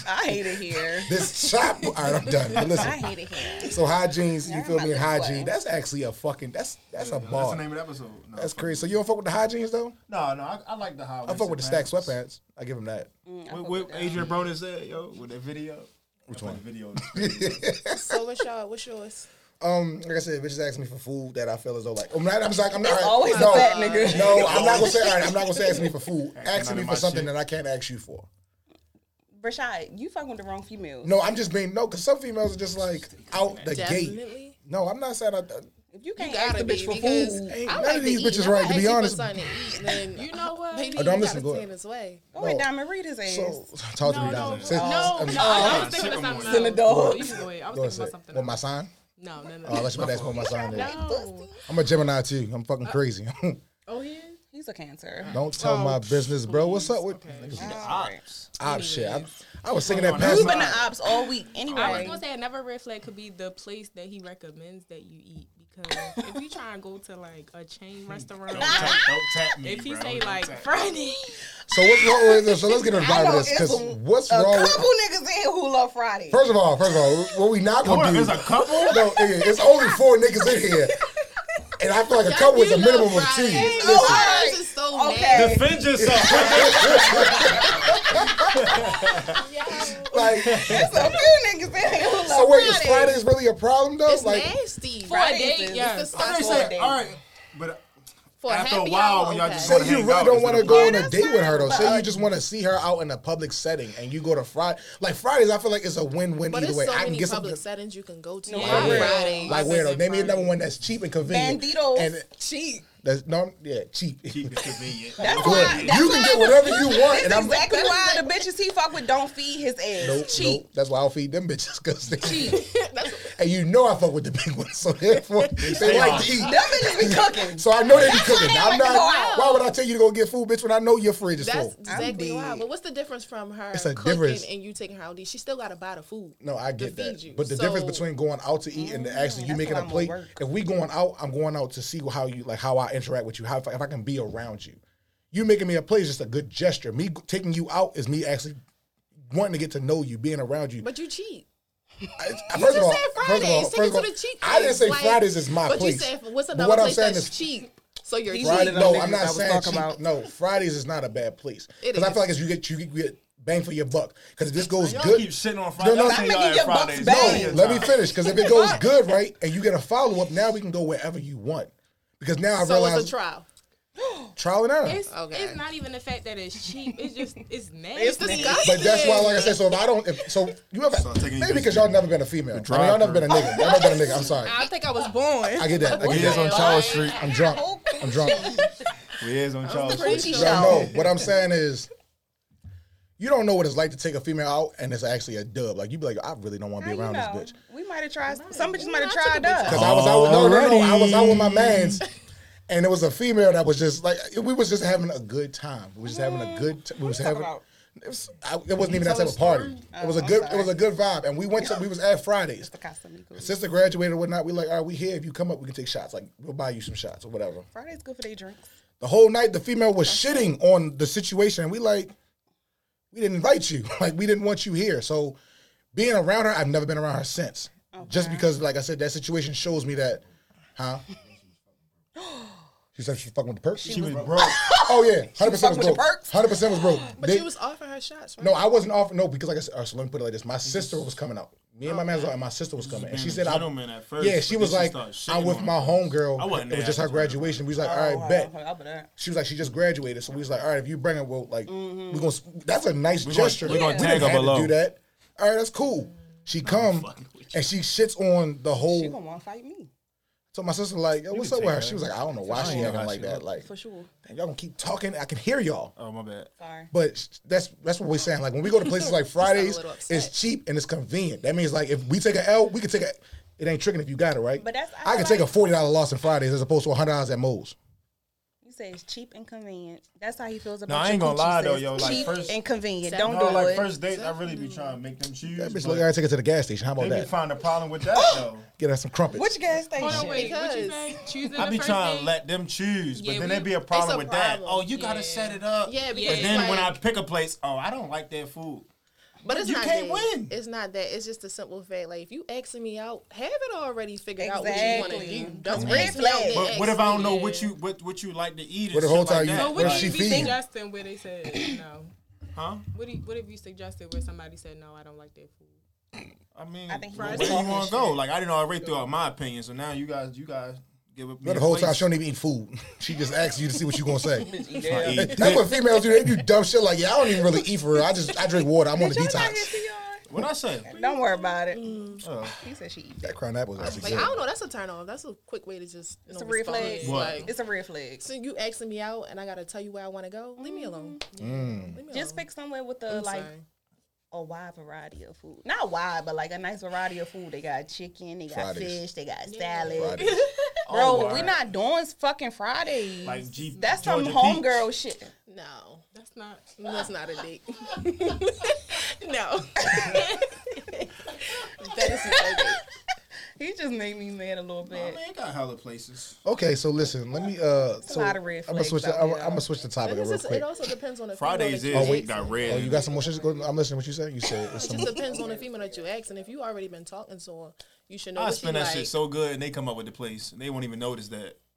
B: I hate it here.
A: This chop. All right, I'm done. But
B: I
A: listen.
B: hate it here.
A: So high jeans, you
B: Y'all
A: feel
B: about
A: me? And
B: to
A: high
B: play.
A: jeans. That's actually a fucking. That's that's a
G: That's the
A: bar.
G: name of the episode. No,
A: That's
G: fuck
A: crazy.
G: it.
A: So you don't fuck with the high jeans though?
G: No, no, I, I like the high
A: I
G: waisted.
A: fuck with the stacked
G: pants.
A: sweatpants. I give them that.
G: What, what Adrian Broner said, yo, with that video. Which
A: one?
G: Video.
E: so what's y'all? What's yours?
A: Um, like I said, bitches ask me for food that I feel as though like I'm not. I'm like I'm not.
B: It's always
A: no,
B: a fat nigga.
A: No, I'm not gonna say. All right, I'm not gonna say ask me for food. Asking
G: under
A: me
G: my
A: for something
G: shit.
A: that I can't ask you for.
B: Brashad, you fucking with the wrong females.
A: No, I'm just being no, because some females are just like out the gate.
E: Definitely.
A: No, I'm not saying I.
B: If you can't
E: You
B: ask
E: gotta
B: the
E: be
B: bitch for
E: because
B: food,
A: Ain't
E: I
A: none
E: like
A: of these
E: to eat.
A: bitches
E: I'm
A: right,
E: not
A: to be
E: asking for
A: honest.
E: something to eat, then
H: You know what?
E: Baby,
A: Oh,
E: you
A: no, I'm
E: gotta
A: listening, go
E: stand
A: ahead.
E: this way.
B: go ahead
A: No.
B: down and read his ass.
A: So talk to me
H: No,
A: down.
H: no,
A: Sit-
H: no,
A: I'm-
H: no, I
G: Sit
H: was thinking
G: on
H: about something
G: one.
B: Send the
H: else.
B: dog.
H: You can go ahead. I was
A: Go ahead,
H: thinking
A: sit.
H: about something
A: What my
H: else.
A: sign?
H: No, no,
E: Uh,
A: Oh,
H: no.
A: that's my that's what my sign is.
H: No.
A: I'm a Gemini too. I'm fucking crazy.
H: Oh, yeah?
B: He's a cancer.
A: Don't tell my business, bro. What's up with niggas? Ah, shit? I'm, I was singing that
G: on, that's
A: past.
B: You've been the ops all week
H: I was
B: anyway.
H: gonna say another red flag could be the place that he recommends that you eat because if you try and go to like a chain restaurant,
G: Don't tap, don't tap me.
H: if you
G: bro.
H: say
G: Don't
H: like
G: tap me.
H: Friday,
A: So what's wrong with this? So let's get on the
B: I
A: vibe of
B: know
A: this
B: it's
A: because
B: a-
A: what's
B: A
A: wrong? With,
B: couple niggas in here who love Friday.
A: first of all, first of all, what we not
G: Hold
A: gonna
G: on,
A: do?
G: there's a couple.
A: No, nigga, it's only four niggas in here, and I feel like a couple is a
E: do
A: minimum
E: love
A: of two.
E: Friday.
A: Listen,
B: Oh, all
E: This
B: right.
E: is
B: Okay.
E: so
G: Defend yourself.
E: nasty.
A: like.
B: There's a few niggas in here who love
A: So wait, is
B: Friday.
A: Fridays really a problem though?
E: It's
A: like,
E: nasty.
H: for a date,
B: is-
H: yes.
E: It's
G: I
E: a
G: just
E: for a
G: say,
E: date.
G: all right, but uh,
E: For
G: after a
E: happy
G: while,
E: hour,
G: when y'all
E: okay.
G: just
A: so
G: wanna
A: you
G: hang
A: really
G: out,
A: don't
G: it's
A: want to
G: gonna
A: go
G: be-
A: on a date with her though. So
B: But-
A: you just want to see her out in a public setting, and you go to Friday. Like Fridays, I feel like it's a win-win
E: But
A: either
E: there's
A: way.
E: so
A: I can
E: many
A: get
E: public
A: something.
E: settings you can go to.
H: No,
E: on
H: for real.
E: Friday.
A: Like where though?
H: Visit
A: Name me another
H: Friday.
A: one that's cheap and convenient.
B: Banditos.
A: And
B: cheap.
A: that's no, yeah, cheap.
G: keep it convenient.
B: That's
A: Good.
B: why. That's
A: You can get whatever you want, and I'm
B: exactly why the bitches he fuck with don't feed his ass.
A: nope,
B: cheap.
A: nope. That's why I'll feed them bitches because they cheap. and you know I fuck with the big ones, so therefore they
G: stay
A: like
G: on.
A: to eat.
B: Them bitches be cooking.
A: So I know they be cooking.
B: they
A: I'm
B: like to
A: not.
B: go out.
A: Why would I tell you to go get food, bitch, when I know your fridge is
E: That's
A: full?
E: exactly
B: I'm
E: why.
B: dead.
E: But what's the difference from her
A: It's a
E: cooking
A: difference.
E: and you taking her out to eat? She still got to buy the food.
A: No, I get
E: to feed
A: that.
E: you.
A: But the
E: So-
A: difference between going out to eat and actually you
B: that's
A: making
B: what
A: a
B: I'm
A: plate.
B: gonna work.
A: If we going out, I'm going out to see how you like how I interact with you, how if I, if I can be around you. You making me a plate is just a good gesture. Me g- taking you out is me actually wanting to get to know you, being around you.
E: But you cheat.
A: I- first, of all,
E: said
A: first of all,
E: Fridays.
A: first
E: Take it
A: of
E: to
A: all,
E: the cheap
A: I didn't
E: place,
A: say
E: like-
A: Fridays is my
E: But
A: place.
E: you said
A: But
E: what's another
A: what I'm
E: place
A: saying
E: that's
A: is-
E: cheap? So you're cheap.
A: Friday,
B: them
A: no,
B: niggas
A: I'm not
B: I was
A: saying
B: talking
A: cheap.
B: about.
A: No, Fridays is not a bad place
E: It
A: because I
E: is.
A: feel like it's, you get you get- you get bang for your buck because if this goes
G: Y'all
A: good,
G: keep shitting on Friday.
A: No, no,
G: I see
A: no.
G: y'all
B: Let me
G: at
B: get Bucks
G: Fridays.
B: back.
G: Y'all
A: No,
G: at
A: let me
G: time.
A: finish because if it goes good, right, and you get a follow up, now we can go wherever you want. Because now I
E: So it's a
A: realize
E: trial.
A: trial and error.
H: It's,
E: Okay.
H: it's not even the fact that it's cheap. It's just it's nasty.
E: It's disgusting.
A: But that's why, like I said, so if I don't, if, so you ever,
G: I'm taking you
A: maybe
G: to
A: because y'all never been a female. I mean, y'all
G: drive-thru.
A: never been a nigga. Y'all never been a nigga. I'm sorry.
E: I think I was born.
A: I get that. I get
G: He is on
A: that.
G: Charles Street.
A: I'm drunk. I'm drunk.
D: Liaison on Charles.
E: pretty
D: Street.
E: sure.
A: No,
E: No.
A: no. What I'm saying is, you don't know what it's like to take a female out and it's actually a dub. Like you be like, I really don't want to
B: How
A: be
B: you
A: around
B: know?
A: this bitch.
B: We might have tried. Some bitches
E: Yeah,
B: might have
E: I took a
B: tried
E: bitch
B: us.
A: Because I was out. No, no, no. I was out with my
D: Alrighty.
A: man's, and it was a female that was just like we was just having a good time. We was just having a good. T- we was having.
B: about?
A: It, was, I, it wasn't even that type
D: tell the
A: of party.
D: story?
A: it was a
B: Oh, I'm
A: good. It
B: sorry.
A: was a good vibe, and we went to. We was at Fridays.
B: Casamigos.
A: Sister graduated or whatnot. We like, all right, we here. If you come up, we can take shots. Like we'll buy you some shots or whatever.
B: Friday's good for their drinks.
A: The whole night, the female was shitting on the situation. and We like, we didn't invite you. Like, we didn't want you here. So, being around her, I've never been around her since. Just because, like I said, that situation shows me that, huh? she said she was fucking with the perks.
D: She was broke.
A: oh yeah, hundred percent was
B: fucking with the
A: broke.
B: perks?
A: Hundred percent was broke.
E: But
A: They-
E: you was offering her shots, right?
A: no, I wasn't off. No, because like I said, all right, so let me put it like this: my sister was coming out. Me and my man was out, and my sister was coming, and she
D: being a
A: said,
D: gentleman
A: I,
D: at first,
A: "Yeah." She
D: but
A: was
D: then she
A: like,
D: started shitting
A: "I'm with
D: on
A: my
D: her. I
A: homegirl."
D: wasn't
A: It was
D: there
A: just
D: at
A: her
D: the time.
A: graduation. We was like,
B: Oh,
A: "All right, bet." she was like, she just graduated. So we was like, all right, if you bring it, well, like,
B: Mm-hmm.
A: we gonna, that's a nice
D: gonna-
A: gesture.
D: we gonna
A: We
D: tag
A: didn't
D: her
A: have to
D: below.
A: Do that. All right, that's cool. She come
D: fucking with you.
A: and she shits on the
B: She
A: whole.
B: gonna want to fight me
A: So my sister like, yo, what's
D: can
A: up with her?
D: take her.
A: She was like, I don't know why she
D: sure.
A: acting
D: How
A: like
D: she
A: that.
D: look.
A: Like,
B: for sure.
A: "Damn, y'all gonna keep talking. I can hear y'all.
D: Oh my bad.
B: Sorry.
A: But sh- that's that's what we're saying. Like when we go to places like Fridays,
E: little upset.
A: it's cheap and it's convenient. That means like if we take a L, we can take a. It ain't tricking if you got it right.
B: But that's- I
A: I, can
B: like-
A: take a forty dollar loss in Fridays as opposed to a hundred dollars at Moe's.
B: You say it's cheap and convenient. That's how he feels about.
D: No, I
B: your
D: ain't gonna
B: coochie,
D: lie,
B: sis.
D: though, yo, like,
B: cheap
D: first-
B: and convenient.
E: Exactly.
B: Don't
E: No,
D: No,
B: do
D: like
B: it.
D: first dates, I really be trying to make them choose.
A: That bitch,
D: but
A: look, I gotta take it to the gas station. How
D: they
A: about
D: be
A: that?
D: find a problem with that though.
A: Get us some crumpets.
B: Which gas station?
H: Hold on, wait. What you
E: Because-
H: say? Choosing
D: I be
H: the
D: trying to
H: first date?
D: let them choose, but
H: Yeah,
D: then
H: we-
D: there'd be a
H: it's
D: problem
E: a
D: with that. Oh,
E: problem.
D: you gotta
H: Yeah.
D: set it up.
E: Yeah, because
D: But then
E: like-
D: when I pick a place, oh, I don't like that food.
E: But it's
D: you
E: not
D: can't
E: that.
D: win.
E: It's not that. It's just a simple fact. Like if you asking me out, have it already figured out what you want
B: Exactly.
E: to do.
B: That's
E: Don't
B: red
E: ask me out,
B: flag.
E: then
D: But
E: ask
D: what if I don't
E: me.
D: know what you what what you like to eat? and
A: What if
D: shit
A: whole time
D: like
A: you-
D: that?
H: So what
A: Right.
H: do you
A: She
H: be
A: feeding.
H: suggesting where they said no?
D: Huh?
H: What do you, what have you suggested where somebody said no? I don't like that food.
D: I mean,
B: I think he
D: where
B: was
D: do you
B: talking
D: want to
B: shit.
D: go? Like I didn't already threw out my opinion, so now you guys, you guys give up.
A: But the whole time she don't even eat food. She just asks you to see what you gonna say.
D: Yeah.
A: That's what females do. They do dumb shit like, yeah, I don't even really eat for real. I just I drink water. I'm on a
B: Did y'all not
A: detox.
B: hear CR?
D: What I say?
B: Don't worry about it.
D: Oh.
B: He said she eat.
A: That crown apple is actually
E: Like
A: good.
E: I don't know. That's a turn off. That's a quick way to just you
B: It's
E: know,
B: a red
E: respond.
B: flag.
D: What?
E: Like,
B: It's a red flag.
E: so you asking me out, and I gotta tell you where I want to go. Leave me alone.
A: Mm.
E: Leave me
B: Mm-hmm. Just
E: alone.
B: pick somewhere with a
E: I'm
B: like
E: sorry.
B: a wide variety of food. Not wide, but like a nice variety of food. They got chicken, they got
A: Fridays.
B: fish, they got salad.
A: Fridays.
D: Oh,
B: Bro,
D: all
B: we
D: right.
B: not doing fucking Fridays.
D: Like G-
B: That's
D: Georgia
B: some homegirl shit.
E: No,
H: That's not.
E: that's not a date. no, that is not a date.
B: He just made me mad a little
D: I
B: bit.
D: mean, it got hella places.
A: Okay, so listen, let me uh so
B: lot of red
A: I'm gonna
B: flags
A: switch the,
B: out
A: I'm,
B: there.
A: I'm gonna switch the topic
E: And it's
A: real
E: just-
A: quick.
E: It also depends on the
D: Fridays is
E: female that you
A: wait.
D: got
A: Oh,
D: red.
A: you got some more shit? Go- I'm listening to what you said. You said it's
E: It
A: some
E: just depends on the female that you ask, and if you already been talking to her, you should know.
D: I
E: what she
D: spend that
E: like.
D: shit so good, and they come up with the place, and they won't even notice that.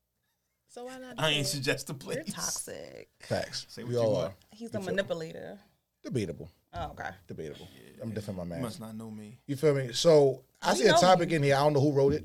E: So why not? do
D: I ain't
E: that?
D: suggest the
B: You're
D: place.
B: toxic.
A: facts.
D: Say what
A: we
D: you
A: all
D: want.
A: are.
B: He's a manipulator.
A: Debatable.
B: Oh, okay.
A: Debatable. I'm different my
D: You
A: man.
D: must not know me.
A: You feel me? So I
B: We
A: see a
B: know
A: topic in here. I don't know who wrote it,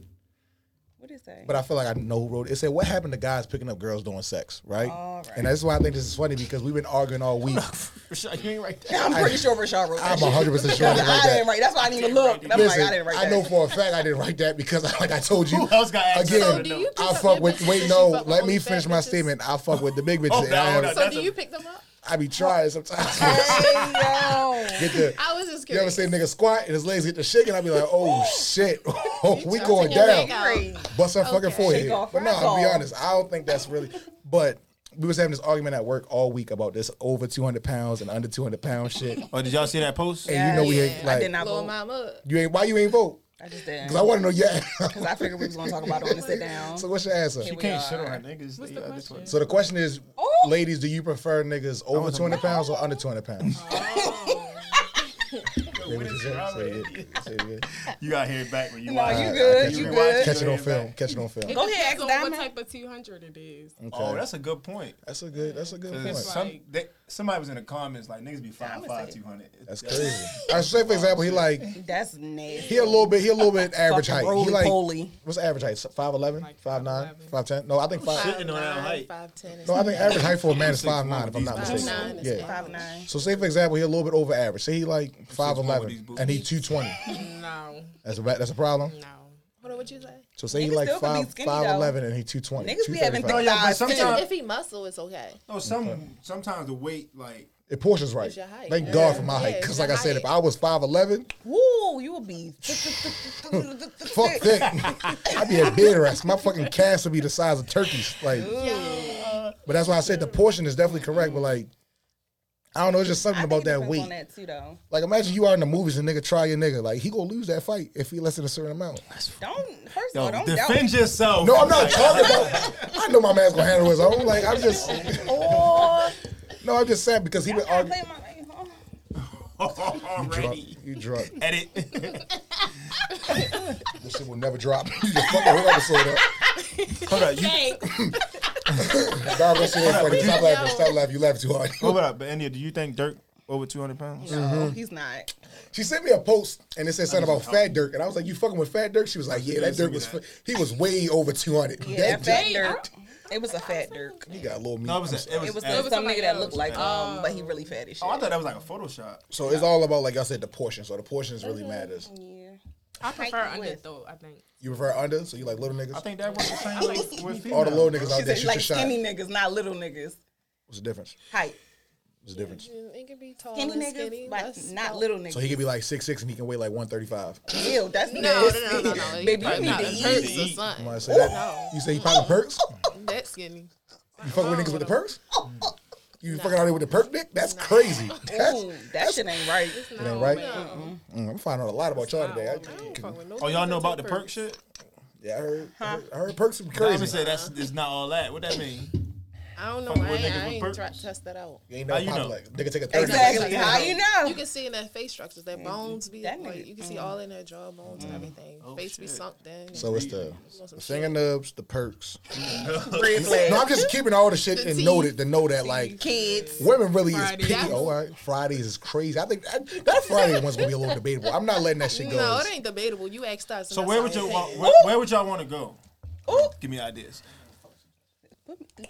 B: What is that?
A: but I feel like I know who wrote it. It said, "What happened to guys picking up girls doing sex?" Right?
B: All right.
A: And that's why I think this is funny because we've been arguing all week.
D: Rashad, you ain't right there.
B: I'm pretty sure Rashad wrote that.
A: I'm
B: shit.
A: 100 percent sure I didn't write
B: I didn't
A: that.
B: write. That's why I didn't even look. I'm like,
A: Listen,
B: I didn't write
A: I
B: that.
A: know for a fact I didn't write that because, like I told you,
D: Who else got access
A: again.
D: to
E: So do
D: know?
E: you pick
A: I
E: up
A: fuck
E: them
A: with.
E: bitches
A: Wait,
E: that
A: no.
E: you fuck
A: Let
E: with
A: me
E: with fat
A: finish my
E: bitches?
A: statement. I fuck with the big bitches.
D: Oh,
A: and
D: no,
A: I,
D: no,
A: have-
D: no.
E: So
D: That's
E: do
D: a-
E: you pick them up?
A: I be trying sometimes.
B: Hey, yo.
A: Get the,
E: I was just
A: you ever
E: curious.
A: say nigga squat and his legs get to shaking? I be like, oh shit, we going
E: Take your
A: down.
E: leg out.
A: bust her fucking
E: Okay.
A: forehead.
B: Shake off
A: But no,
B: her
A: I'll be
B: ball.
A: honest. I don't think that's really. But we was having this argument at work all week about this over 200 pounds and under 200 pound shit. And
D: Oh, did y'all see that post?
A: you know we ain't
E: Yeah,
A: like
B: I did not
E: Blow
B: vote.
E: mom up.
A: you ain't why you ain't vote
B: I just didn't.
A: because I want to know your
B: Because I figured we was going to talk about it on the sit down.
A: so what's your answer?
D: You
B: we
D: can't
B: are.
D: shit on her niggas.
H: What's
D: They-
H: the
D: uh, this
H: question?
A: So the question is,
B: Oh.
A: ladies, do you prefer niggas over 200 pounds or under 200 pounds? Say what you said, say it again, say it again.
D: one- You got here back when you
B: No,
D: watch
B: you
D: it.
B: good.
D: You
B: You
D: been
B: good.
D: watching
A: Catch it on
D: back.
A: film. Catch it on film.
B: Go ahead,
H: Depends
B: ask
H: on
B: Diamond.
H: What type of two hundred it is?
A: Mm.
D: Oh, that's a good point.
A: That's a good. That's a good point.
D: 'Cause
H: It's
D: some,
H: like-
D: they, somebody was in the comments like niggas be five
B: I'ma
D: five
B: say it.
D: two hundred.
A: That's crazy. I say for example, he like
B: That's nasty.
A: He a little bit. He a little bit average height.
B: Fucking
A: He like
B: roly-poly.
A: what's average height? 5'11",
H: Like
A: 5'9",
H: 5'11".
A: 5'10"? No, I think five.
D: Sitting on that
E: Nine,
D: height.
E: Five ten. is-
A: No, I think average height for a man is
D: Six one
A: five nine. If
D: with
A: I'm not
D: these
A: mistaken.
E: Five nine is
A: yeah.
E: fine.
B: Five nine.
A: So say for example, he a little bit over average. Say he like five
D: one with these
A: eleven
D: boots.
A: and he two twenty.
H: No,
A: That's a ba- that's a problem.
H: no.
E: Hold on, what you say?
A: So say he
B: Niggas
A: like
B: still could be
A: five
B: skinny,
A: five
B: though.
A: eleven and he two twenty.
B: Niggas be having
G: No,
B: thick
G: yeah, but
B: thighs too.
G: sometimes-
E: If he muscle, it's okay.
G: No, some sometimes the weight like
A: It portions right.
E: It's your height.
A: Thank
E: Yeah.
A: God for my height.
E: Yeah,
A: Because
E: it's
A: like
E: your
A: I said, if
E: height.
A: I was five eleven,
B: Woo, you will be.
A: fuck
B: Fuck
A: thick. I'd be a bed rest. My fucking calves would be the size of turkeys. Like, but that's why I said the portion is definitely correct. But like, I don't know. It's just something about that weight.
B: On that too, though.
A: Like, imagine you are in the movies and nigga try your nigga. Like, he gonna lose that fight if he less than a certain amount.
B: Don't first
D: Yo,
B: of all, Oh, don't
D: defend
B: doubt.
D: yourself.
A: No, I'm not talking about. I know my man's gonna handle his own. Like, I'm just. No, I'm just saying because he been
B: Oh, I play
A: arguing.
B: my lane, huh?
D: already.
A: You drunk.
D: Edit.
A: This shit will never drop. you just fucking whole episode up.
D: Hold up. You,
A: Dog, that shit ain't funny. Stop laughing. Stop laughing. You laugh too hard.
G: Hold up, but Anya, do you think Dirk over two hundred pounds?
B: No,
A: Mm-hmm.
B: he's not.
A: She sent me a post and it said something about Fat Dirk, and I was like, "You fucking with Fat Dirk?" She was like, "Yeah, that Dirk was fa- he was way over two hundred.
B: Yeah,
A: that
B: fat
A: Dirk,
B: Dirk. It was a fat Dirk.
A: he got a little meat.
D: no, it was, a, it was,
B: It was
D: a-
B: some some nigga that looked like
H: Oh.
B: um, but he really fat as shit.
G: Oh, I thought that was like a Photoshop.
A: so it's all about like I said, the portion. So the portions
B: Mm-hmm.
A: really matters.
B: Yeah.
H: I prefer
B: Height and
H: under
B: width.
H: though. I think.
A: You prefer under, so you like little niggas.
G: I think that was the same with, with
A: all
G: females.
A: the little niggas out
B: She
A: there
B: said
A: shoot
B: she like
A: your shot.
B: skinny niggas, not little niggas.
A: What's the difference?
B: Height.
A: What's the difference?
E: It can be tall
B: Skinny
E: and
B: niggas,
E: skinny.
B: but
E: That's
B: not
E: no-
B: little
A: So
B: niggas.
A: he could be like six six and he can weigh like one thirty five.
B: Ew, that's
E: No, no,
B: nasty.
E: no, no, no.
B: Baby, you
E: probably
B: need
E: got
B: to
E: the
B: eat.
E: perks or something.
A: You say that? You say he popping perks?
E: That skinny.
A: You fucking with niggas with the perks? You fucking out there with the perk dick? That's crazy. That's,
B: Ooh, that shit ain't right.
A: it ain't right.
B: Oh,
A: Mm, I'm finding out a lot about y'all today. I-
E: Fuck with no
D: oh, y'all know about the
E: perks.
D: perk shit?
A: yeah, I heard, I heard, I heard perks are
D: I'm gonna
A: crazy.
D: say that's it's not all that. What that mean?
E: I don't know.
D: Fuck with
E: I ain't,
D: niggas
E: I
D: with
E: ain't
D: perks.
E: try to test that out.
A: You ain't
D: How
A: never
D: you
A: popped
D: know?
A: like nigga take a thirty.
B: Exactly. How you
E: You
B: know?
E: can see in that face structures, that bones be
B: Oh. That
E: like
B: nigga- mm.
E: you can see all in their jawbones and everything. face be
D: Oh, shit.
E: sunk in.
A: So it's the, the finger nubs, the perks.
B: Red flag.
A: No, I'm just keeping all the shit and
E: teeth.
A: noted to know that like
B: Kids.
A: women really
H: Friday.
A: is picky. Oh, all right. Fridays is crazy. I think that, that Friday one's gonna be a little debatable. I'm not letting that shit go.
E: no, it ain't debatable. You asked us. and
D: So
E: that's
D: where
E: all
D: would
E: I
D: you
E: said.
D: wa- where, where would y'all want to go?
B: Ooh,
D: Give me ideas.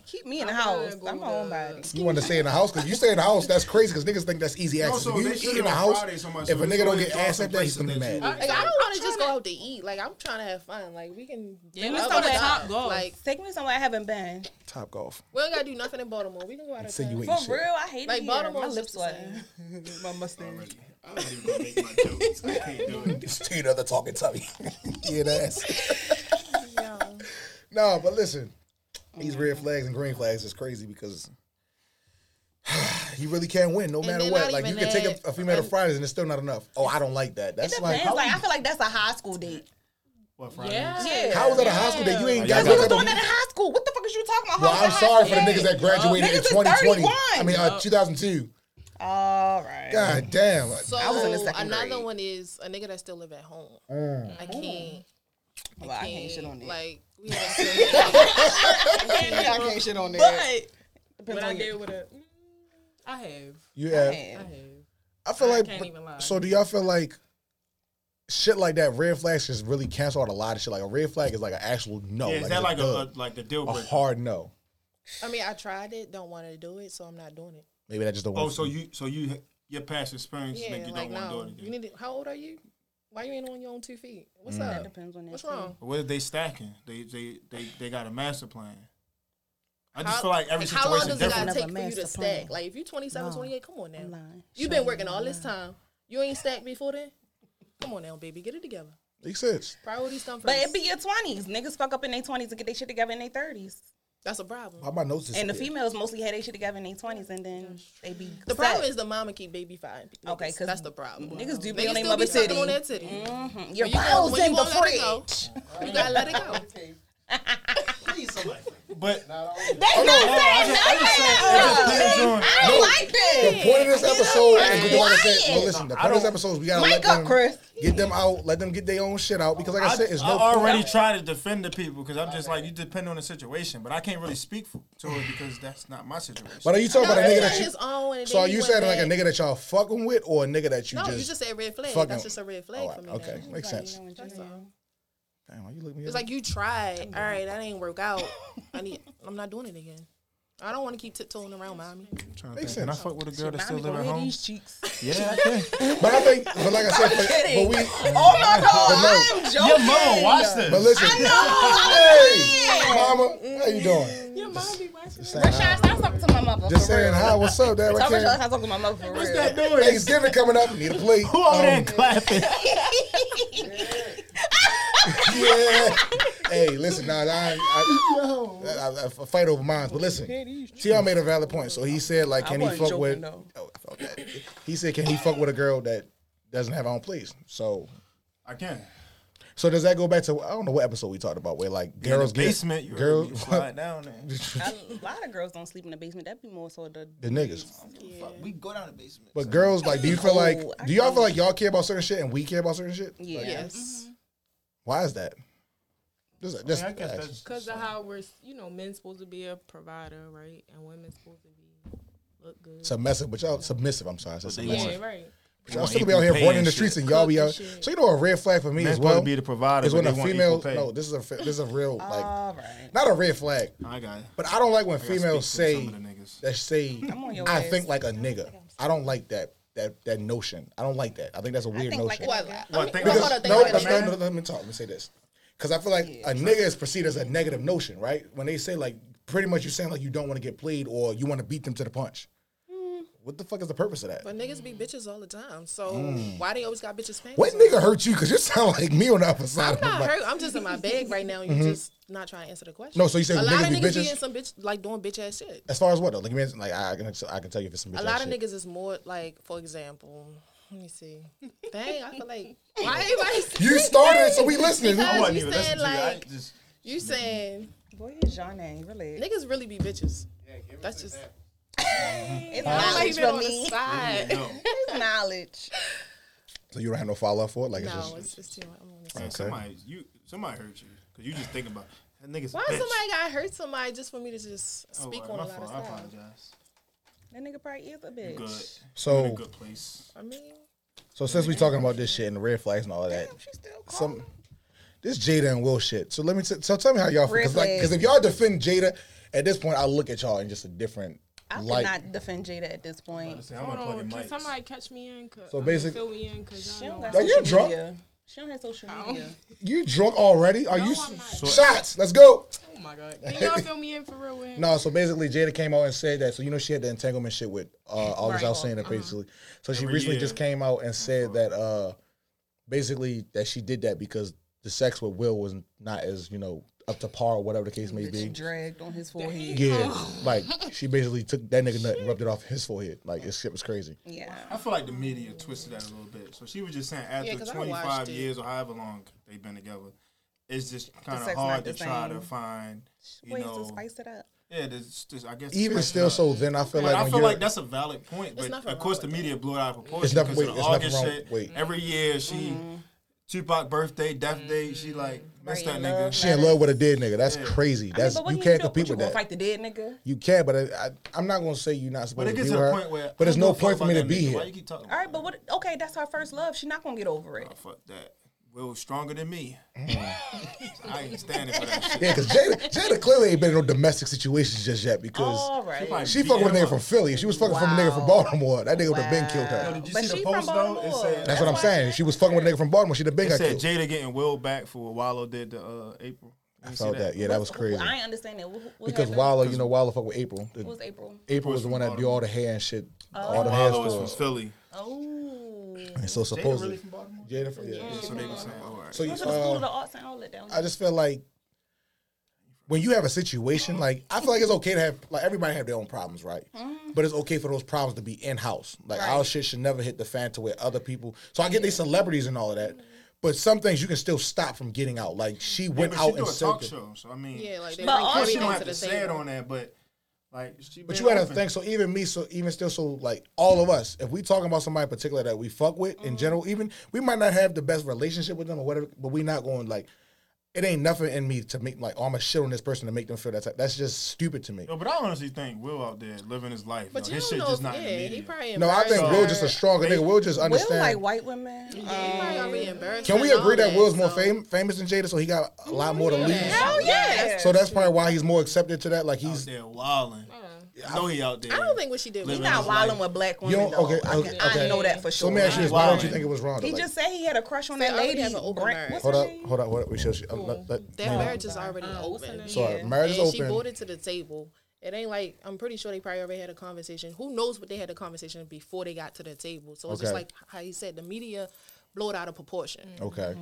B: keep me in the
H: I'm gonna
B: house.
H: go
B: I'm a
H: to-
B: homebody.
A: you want to stay in the house because you stay in the house. That's crazy because niggas think that's easy
D: Oh,
A: access.
G: so
A: if you
G: they shoot
A: eat in
G: it
A: the
G: on
A: house,
G: Friday so much,
A: if
G: so
A: a
G: it's
A: nigga don't
G: always
A: get
G: awesome
A: ass at that, he's gonna be
G: places that
A: mad.
G: you-
E: Like I don't want to just go out to eat. Like I'm trying to have fun. Like we can.
H: Yeah,
E: do
H: let's
E: other
H: go to
E: stuff.
H: Top Golf.
E: Like
B: Take me somewhere I haven't been.
A: Top golf.
E: we don't gotta do nothing in Baltimore. We can go out of
A: See you eating
E: town.
B: For
A: shit.
B: real, I hate
E: Like
B: it. Here.
E: Baltimore's
B: My
E: just
B: lips
E: the
B: sweating. My mustache.
G: I'm not even gonna make my jokes. I can't do it.
A: It's two other talking tummy. yeah, that's.
E: Yeah.
A: No, but listen, these red flags and green flags is crazy because you really can't win no matter
E: they're
A: what.
E: not
A: Like you
E: even
A: can take a,
E: that-
A: a female to
E: and-
A: Fridays and it's still not enough. Oh, I don't like that. That's like
B: Depends.
A: how,
B: Like, I feel like that's a high school date.
G: What Friday?
B: Yeah.
A: how is that a high school that you ain't
D: Yeah.
A: got
B: We was
A: that type
B: doing that in
A: of.
B: high school. What the fuck is you talking about?
A: Well,
B: How's
A: I'm
B: that
A: sorry
B: high
A: for the
B: school
A: niggas that
B: date?
A: graduated
B: Niggas
A: in
B: is
A: 2020.
B: 31.
A: I mean, uh, 2002.
B: All right.
A: God damn.
E: So
B: I was in the second
E: another
B: grade.
E: one is a nigga that still live at home.
A: Mm.
E: I can't.
B: Well, Oh, I can't shit on that.
E: Like we haven't
B: I can't shit on
H: But
B: that.
H: what
B: Depends
H: I
B: on
H: did
B: you.
H: with a, mm, I have,
A: You have.
H: I have.
A: I feel
H: I
A: like.
H: can't
A: but-
H: even lie.
A: So do y'all feel like shit like that? Red flags just really cancel out a lot of shit. Like a red flag is like an actual no.
D: Yeah, is that
A: it's
D: like a,
A: dub.
D: a like a deal
A: a
D: breaker?
A: hard no?
E: I mean, I tried it. Don't want to do it, so I'm not doing it.
A: Maybe that just don't.
D: Oh,
A: work
D: so
A: for me.
D: you so you your past experience
E: Yeah,
D: make you
E: like
D: don't want to do
E: no.
D: it again.
E: You need to, How old are you? Why you ain't on your own two feet? What's
A: Mm.
B: That
E: up?
B: depends on that.
E: What's
B: too.
E: wrong?
D: But what if they stacking? They they they they got a master plan. I just
E: How-
D: feel like every
E: like, how long
D: situation is
E: does it gotta
D: different.
B: Another
E: take for you
B: master
E: to
B: plan.
E: stack? Like if you 27,
B: No,
E: 28, come on now.
B: I'm lying.
E: You've
B: Show
E: been
B: me
E: working
B: I'm
E: all this
B: lying.
E: time. You ain't stacked before then. Come on now, baby, get it together.
A: makes sense.
E: Priorities come first.
B: But it be your twenties. Niggas fuck up in their twenties and get their shit together in their thirties.
E: that's a problem.
A: Why my nose
B: And the
A: disappear?
B: females mostly had their shit together in their twenties and then they be
E: The problem is the mama keep baby fine.
B: Okay,
E: Niggas.
B: 'cause
E: that's the problem.
B: niggas do be
E: Niggas
B: on their mother
E: still be sucking
B: titty.
E: on that titty.
B: Mhm. Your
E: When you go-
B: balls
E: when you
B: in the
E: gonna let it go?
B: fridge.
E: You gotta let it go.
D: But
B: That's what I'm saying. No, no, no. I don't like
A: The
B: that.
A: point of this episode is we want to say,
B: lying.
A: well, listen, the point of this episode is we gotta let
B: Mic up,
A: them
B: Chris.
A: get them out, let them get their own shit out because, like I,
D: I,
A: said, it's
D: I
A: no.
D: already try to defend the people because I'm just like you depend on the situation, but I can't really speak for, to it because that's not my situation.
A: But are you talking
E: No,
A: about a
E: he
A: nigga
E: had
A: that you?
E: his own and
A: So
E: then
A: are
E: he
A: you
E: went
A: saying like a
E: back.
A: nigga that y'all fucking with, or a nigga that you
E: No,
A: just?
E: you just said red flag.
A: fucking-
E: That's just a red flag
A: All right,
E: for me.
A: okay,
E: now.
A: makes sense.
E: That's all.
A: Damn, why you look me
E: It's
A: up?
E: like you tried. All right, that didn't work out. I need. I'm not doing it again. I don't want to keep tiptoeing around mommy.
G: Trying to
A: Makes
G: think. Can I
A: sense.
G: fuck with a girl
B: Shit,
G: that still
B: mommy
D: live
B: gonna
D: at
B: hear
D: home?
B: these cheeks.
D: Yeah, I can.
A: But I think, but like I said, but,
B: kidding.
A: but we,
B: Oh my god, I'm joking.
D: Your mom watched this.
A: but listen, hey, mama, how you doing?
H: Your mom be watching.
A: Saying
B: Rashad,
A: hi.
B: stop talking to my mother.
A: Just
B: for real.
A: saying hi. What's up, Dad?
B: Tell
A: I
B: Rashad
A: can't.
B: stop talking to my mother for real.
D: noise?
A: Thanksgiving coming up. Need a plate.
D: Who over there
A: Um,
D: clapping?
A: Um, yeah. Hey, listen, nah, nah I, I, I, I, I fight over mine, but listen, T.R. made a valid point. So he said, like, can he
B: wasn't
A: fuck
B: joking,
A: with?
B: though.
A: Oh, I felt that. He said, can he fuck with a girl that doesn't have her own place? So,
D: I can.
A: so does that go back to? I don't know what episode we talked about where like
D: In the
A: girls get
D: basement, you,
A: girls-
D: you slide down there.
B: I, a lot of girls don't sleep in the basement. That'd be more so the.
A: the niggas.
D: Fuck, we go down the basement.
A: But girls, like, do you feel like?
B: Oh, I
A: Do y'all
B: don't-
A: feel like y'all care about certain shit and we care about certain shit?
B: Yeah.
E: Yes.
A: Why is that? Just, just
D: I, mean, I guess that's
H: Because of how we're, s- you know, men's supposed to be a provider, right? And women's supposed to be look good.
A: submissive, but y'all submissive. I'm sorry, I said
D: But they
A: submissive.
H: yeah, right.
A: But Y'all
D: want
A: still be
D: equal
A: out here
D: pay
A: running
D: and
A: the
D: shit.
A: streets and y'all be out.
H: Cooking shit.
A: So you know a red flag for me
D: Men's
A: as well
D: supposed to be the provider,
A: is
D: but
A: when a
D: they want
A: female.
D: equal pay.
A: No, this is a fe- this is a real like
B: All right.
A: not a red flag,
G: I got it.
A: but I don't like when
G: gotta
A: females
G: speak to
A: say
G: some of the niggas.
A: that say
B: on your
A: I
B: ass.
A: think like a nigga. I don't like that that that notion. I don't like that. I think that's a weird
B: think like
A: notion.
B: a-
E: What? I
D: What,
E: mean,
D: think
E: well,
D: about-
E: hold
A: Because-
E: on, think
A: no,
E: about
A: that's
E: it.
A: not, no, let me talk. Let me say this. Because I feel like a nigga is perceived as a negative notion, right? When they say like, pretty much you're saying like you don't want to get played or you want to beat them to the punch. What the fuck is the purpose of that?
E: Hmm. But niggas be bitches all the time. So why they always got bitches pants?
A: Mm. What
E: on?
A: nigga hurt you? Because you sound like me on the other side.
E: I'm
A: of the
E: not
A: mic.
E: hurt. I'm just in my bag right now. You're just not trying to answer the question.
A: Mm-hmm. No, so you say
E: a lot of
A: niggas be
E: niggas
A: bitches?
E: be in some bitch like doing bitch ass shit.
A: As far as what though? Like, man, like I, I can I can tell you if it's some bitch
E: A lot
A: ass
E: of
A: shit.
E: niggas is more like, for example, let me see. Dang, I feel like why everybody say-
A: You started, so we listening.
E: Because-
D: I wasn't
E: you
D: even
E: said,
D: listening to you. I
E: like-
D: just
E: you saying
B: Boy, it's John name, really.
E: niggas really be bitches. That's just
B: It's
E: knowledge
B: knowledge
E: even
B: from
E: on the
B: me.
E: side.
D: no.
B: It's knowledge.
A: So you don't have no follow up for it. Like, it's
E: No,
A: just,
E: it's just too much. I'm on this.
D: Man,
A: Okay.
D: somebody, you, somebody hurt you because you just think about that nigga's. a
E: Why
D: bitch.
E: somebody got hurt somebody just for me to just
D: Oh,
E: speak
D: uh,
E: on
D: my
E: a lot of
D: fault. I
E: stuff?
D: apologize.
B: That nigga probably is a
D: You
B: bitch.
D: Good. You in a
A: so
D: good place.
E: I mean,
A: so since we talking about this shit and the red flags and all of that,
B: Damn, she still calling.
A: some this Jada and Will shit. So let me t- so tell me how y'all
B: Red
A: because like
B: flag.
A: because if y'all defend Jada at this point, I look at y'all in just a different
B: I could
A: light.
B: not defend Jada at this point.
D: Listen, I'm
H: Hold
D: gonna plug
H: on,
D: in
H: Oh, can
D: mics.
H: somebody catch me in? 'Cause-
A: So
H: I mean,
A: basic-
H: fill me in because
B: She don't
H: y'all
B: got
H: know.
A: Are you
B: social
A: drunk?
B: media. She don't have social media.
A: You drunk already? Are you
H: No, I'm not.
A: shots? Let's go.
H: Oh my god, can y'all fill me in for real? With
A: No, so basically Jada came out and said that. So you know she had the entanglement shit with uh, August
B: Uh-huh.
A: Alsina, basically. So she
D: Every
A: recently
D: year.
A: just came out and said that uh, basically that she did that because the sex with Will was not as you know up to par or whatever the case may
B: She
A: be.
B: dragged on his forehead.
A: Yeah,
D: Oh.
A: like she basically took that nigga nut and rubbed it off his forehead. Like this shit was crazy.
B: Yeah.
D: I feel like the media twisted that a little bit. So she was just saying after
E: 'cause I watched
D: 25
E: it.
D: years or however long they've been together, it's just kind of
B: sex
D: hard
B: not
D: to
B: the
D: try to
B: same.
D: find, you
B: Ways to
D: know.
B: spice it up.
D: Yeah, there's, there's, I guess.
A: Even
D: spice it
A: still,
D: up.
A: so then I feel
D: But
A: like
D: I
A: when
D: feel
A: you're
D: like that's a valid point, but
E: nothing
D: of course
E: wrong
D: the
E: with
D: media blew it out of
A: It's
D: proportion
A: nothing-
D: because
A: wait,
D: of the
A: it's nothing
D: August
A: wrong-
D: shit.
A: wait.
D: Every year she, Tupac birthday, death day, she like missed
B: Mm-hmm. Right,
D: that
B: in
D: nigga.
B: love.
A: she in love with a dead nigga. That's crazy.
B: Yeah,
A: That's
B: but what
A: you
B: you
A: can't
B: do-
A: compete
B: what you
A: with
B: gonna
A: that.
B: Fight the dead nigga.
A: You can, but I, I, I'm not gonna say you're not
D: But
A: supposed
D: it
A: to be
D: gets
A: with
D: to the
A: her.
D: point where
A: but there's
D: I don't
A: no
D: give a
A: point
D: fuck
A: for me to
D: about that
A: be
D: nigga.
A: here.
D: Why you keep talking?
B: All
D: about
B: right, but what? Okay, that's her first love. She not gonna get over it.
D: that? fuck that. Will stronger than me. I ain't standing for that shit.
A: Mm. Yeah, because Jada, Jada clearly ain't been in no domestic situations just yet because
D: Oh,
B: All right.
D: probably
A: she fucked with a
D: DM
A: nigga from
D: her.
A: Philly. If she was fucking from a nigga from
B: Wow.
A: Baltimore, that nigga would have been killed
D: Yo,
A: her.
D: did you
B: But
D: see
B: she
D: the
B: from
D: post though? It
B: Baltimore.
D: said,
A: That's what I'm saying. If she was fucking with a nigga from Baltimore, she'd have been
D: it
A: got
D: said
A: killed.
D: Jada getting Will back for what Wallow did to uh, April.
A: I saw that. Yeah, that was crazy.
B: I ain't understand that. What, what
A: Because
B: happened?
A: Wilder, you know, Wilder fucked with April. The-
B: What was April?
A: April was the
D: from
A: one that do all the hair and shit, all the hair
D: Wallow is from
A: stuff.
D: Philly.
B: Oh.
A: And so supposedly,
D: Baltimore?
A: Jada from yeah.
D: So they gonna say, "Oh, all right.
A: So you,
B: Went to the school
A: uh,
B: of the arts and outlet down
A: I
B: there.
A: just feel like when you have a situation, like I feel like it's okay to have like everybody have their own problems, right?
D: Mm-hmm.
A: But it's okay for those problems to be in house. Like our shit should never hit the fan to where other people. So I get these celebrities and all of that, but some things you can still stop from getting out. Like she went
D: but
A: out
D: she do
A: and
D: a talk
A: said, that-
D: show, so I mean,
E: yeah, like they
B: But
E: bring
B: also-
D: she
E: everything
D: don't have
E: to
D: to,
E: the
D: say it
E: table.
D: on there, but like she.
A: but
D: been
A: you had to
D: open.
A: think. So even me, so even still, so like all of us, if we talking about somebody in particular that we fuck with in general, even we might not have the best relationship with them or whatever, but we not going like. It ain't nothing in me to make like oh, I'm a shit on this person to make them feel that. Type. That's just stupid to me.
D: Yo, but I honestly think Will out there living his life.
E: But
D: yo.
E: you
D: his shit
E: don't know.
D: just
E: If,
D: not
E: yeah,
D: in the
E: he
D: media.
E: probably
A: No, I think
E: embarrassed
A: Will
E: her.
A: just a stronger nigga. Will just
B: Will like
A: understand.
B: white women.
E: He
B: Um,
E: probably already embarrassed
A: Can
E: her
A: we
E: and all
A: agree that
E: that,
A: Will's more
E: so-
A: fam- famous than Jada, so he got a lot more to lose?
B: Hell yeah.
A: So that's probably why he's more accepted to that. Like
D: He's
A: he's
D: there wilding.
H: Uh,
D: I know he out there.
E: I don't think what she did was
B: He's
D: Living
E: wrong.
B: not
D: his life.
B: wilding with black
A: You
B: women.
A: don't,
B: though.
A: okay,
B: I,
A: okay,
B: can, I
A: okay.
B: know that for sure.
A: So let me ask you this: Why don't you think it was wrong?
B: He
A: Like,
B: just said he had a crush on that
E: They already
B: lady.
E: have an open
B: Brent-
E: marriage.
B: what's her
A: hold up,
B: name?
A: hold up, hold up. We should. Um, let, let,
E: That
A: Nina-
E: marriage is already
H: Uh,
E: open.
H: open.
A: Sorry,
B: Yeah.
A: marriage
E: and
A: is
E: she
A: open.
E: brought it to the table. It ain't like I'm pretty sure they probably already had a conversation. Who knows what they had a conversation before they got to the table? So it's just
A: Okay. Mm.
E: like how you said, the media blow it out of proportion.
A: Okay.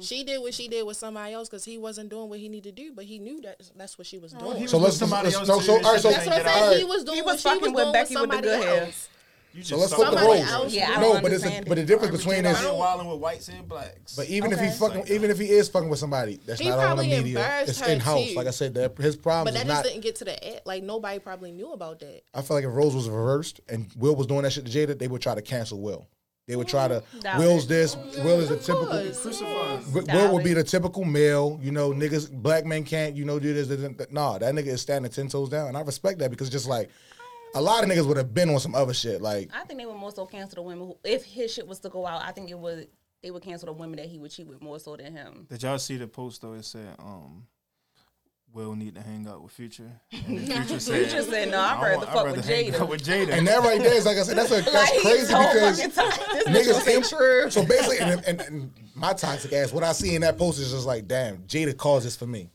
E: She did what she did with somebody else because he wasn't doing what he needed to do, but he knew that that's what she
B: Oh,
E: was doing.
D: he
A: So let's,
D: was with somebody
A: let's
D: else
A: no.
D: too,
A: So
D: and
A: all right.
D: shit
A: So
D: like
E: that's what I'm
D: that.
E: saying.
A: Alright.
E: He was doing
B: He
E: what
B: was
E: she was
B: fucking
E: doing
B: with Becky with the
E: somebody
B: good hair.
E: else.
D: You just
A: So let's
D: suck
A: flip the
D: somebody
A: roles.
E: else.
B: Yeah, I
A: no,
B: don't
A: but it's a,
B: understand
A: but
B: it.
A: the difference between
D: I
A: is,
D: ain't wilding with whites and blacks.
A: but even if
B: Okay.
A: he fucking, even if he is fucking with somebody, that's
E: He
A: not on the
E: probably
A: media.
E: embarrassed
A: It's
E: her
A: in house.
E: too.
A: Like I said, that his
E: But
A: problem
E: that
A: is
E: just
A: not.
E: didn't get to the end. Like nobody probably knew about that.
A: I feel like if Rose was reversed and Will was doing that shit to Jada, they would try to cancel Will. They would try to
B: Doubt
A: Will's
B: it.
A: this. Will is a typical.
D: Crucified.
A: Will
B: Doubt
A: would be
B: it.
A: the typical male, you know, niggas, black men can't, you know, do this. this, and that. Nah, that nigga is standing ten toes down, and I respect that because just like a lot of niggas would have been on some other shit. Like,
B: I think they would more so cancel the women. Who, if his shit was to go out, I think it would. They would cancel the women that he would cheat with more so than him.
D: Did y'all see the post though? It said, um, Will need to hang out with Future. And then Future said,
B: Future said, "No, I'd
D: I
B: rather
D: want-
B: fuck with
D: hang
B: Jada."
D: out with Jada.
A: and that right there is like I said, that's a, that's
B: he's
A: crazy
B: so
A: because
B: fucking toxic. This
A: niggas ain't true. So basically, and, and, and my toxic ass, what I see in that post is just like, damn, Jada caused this for me.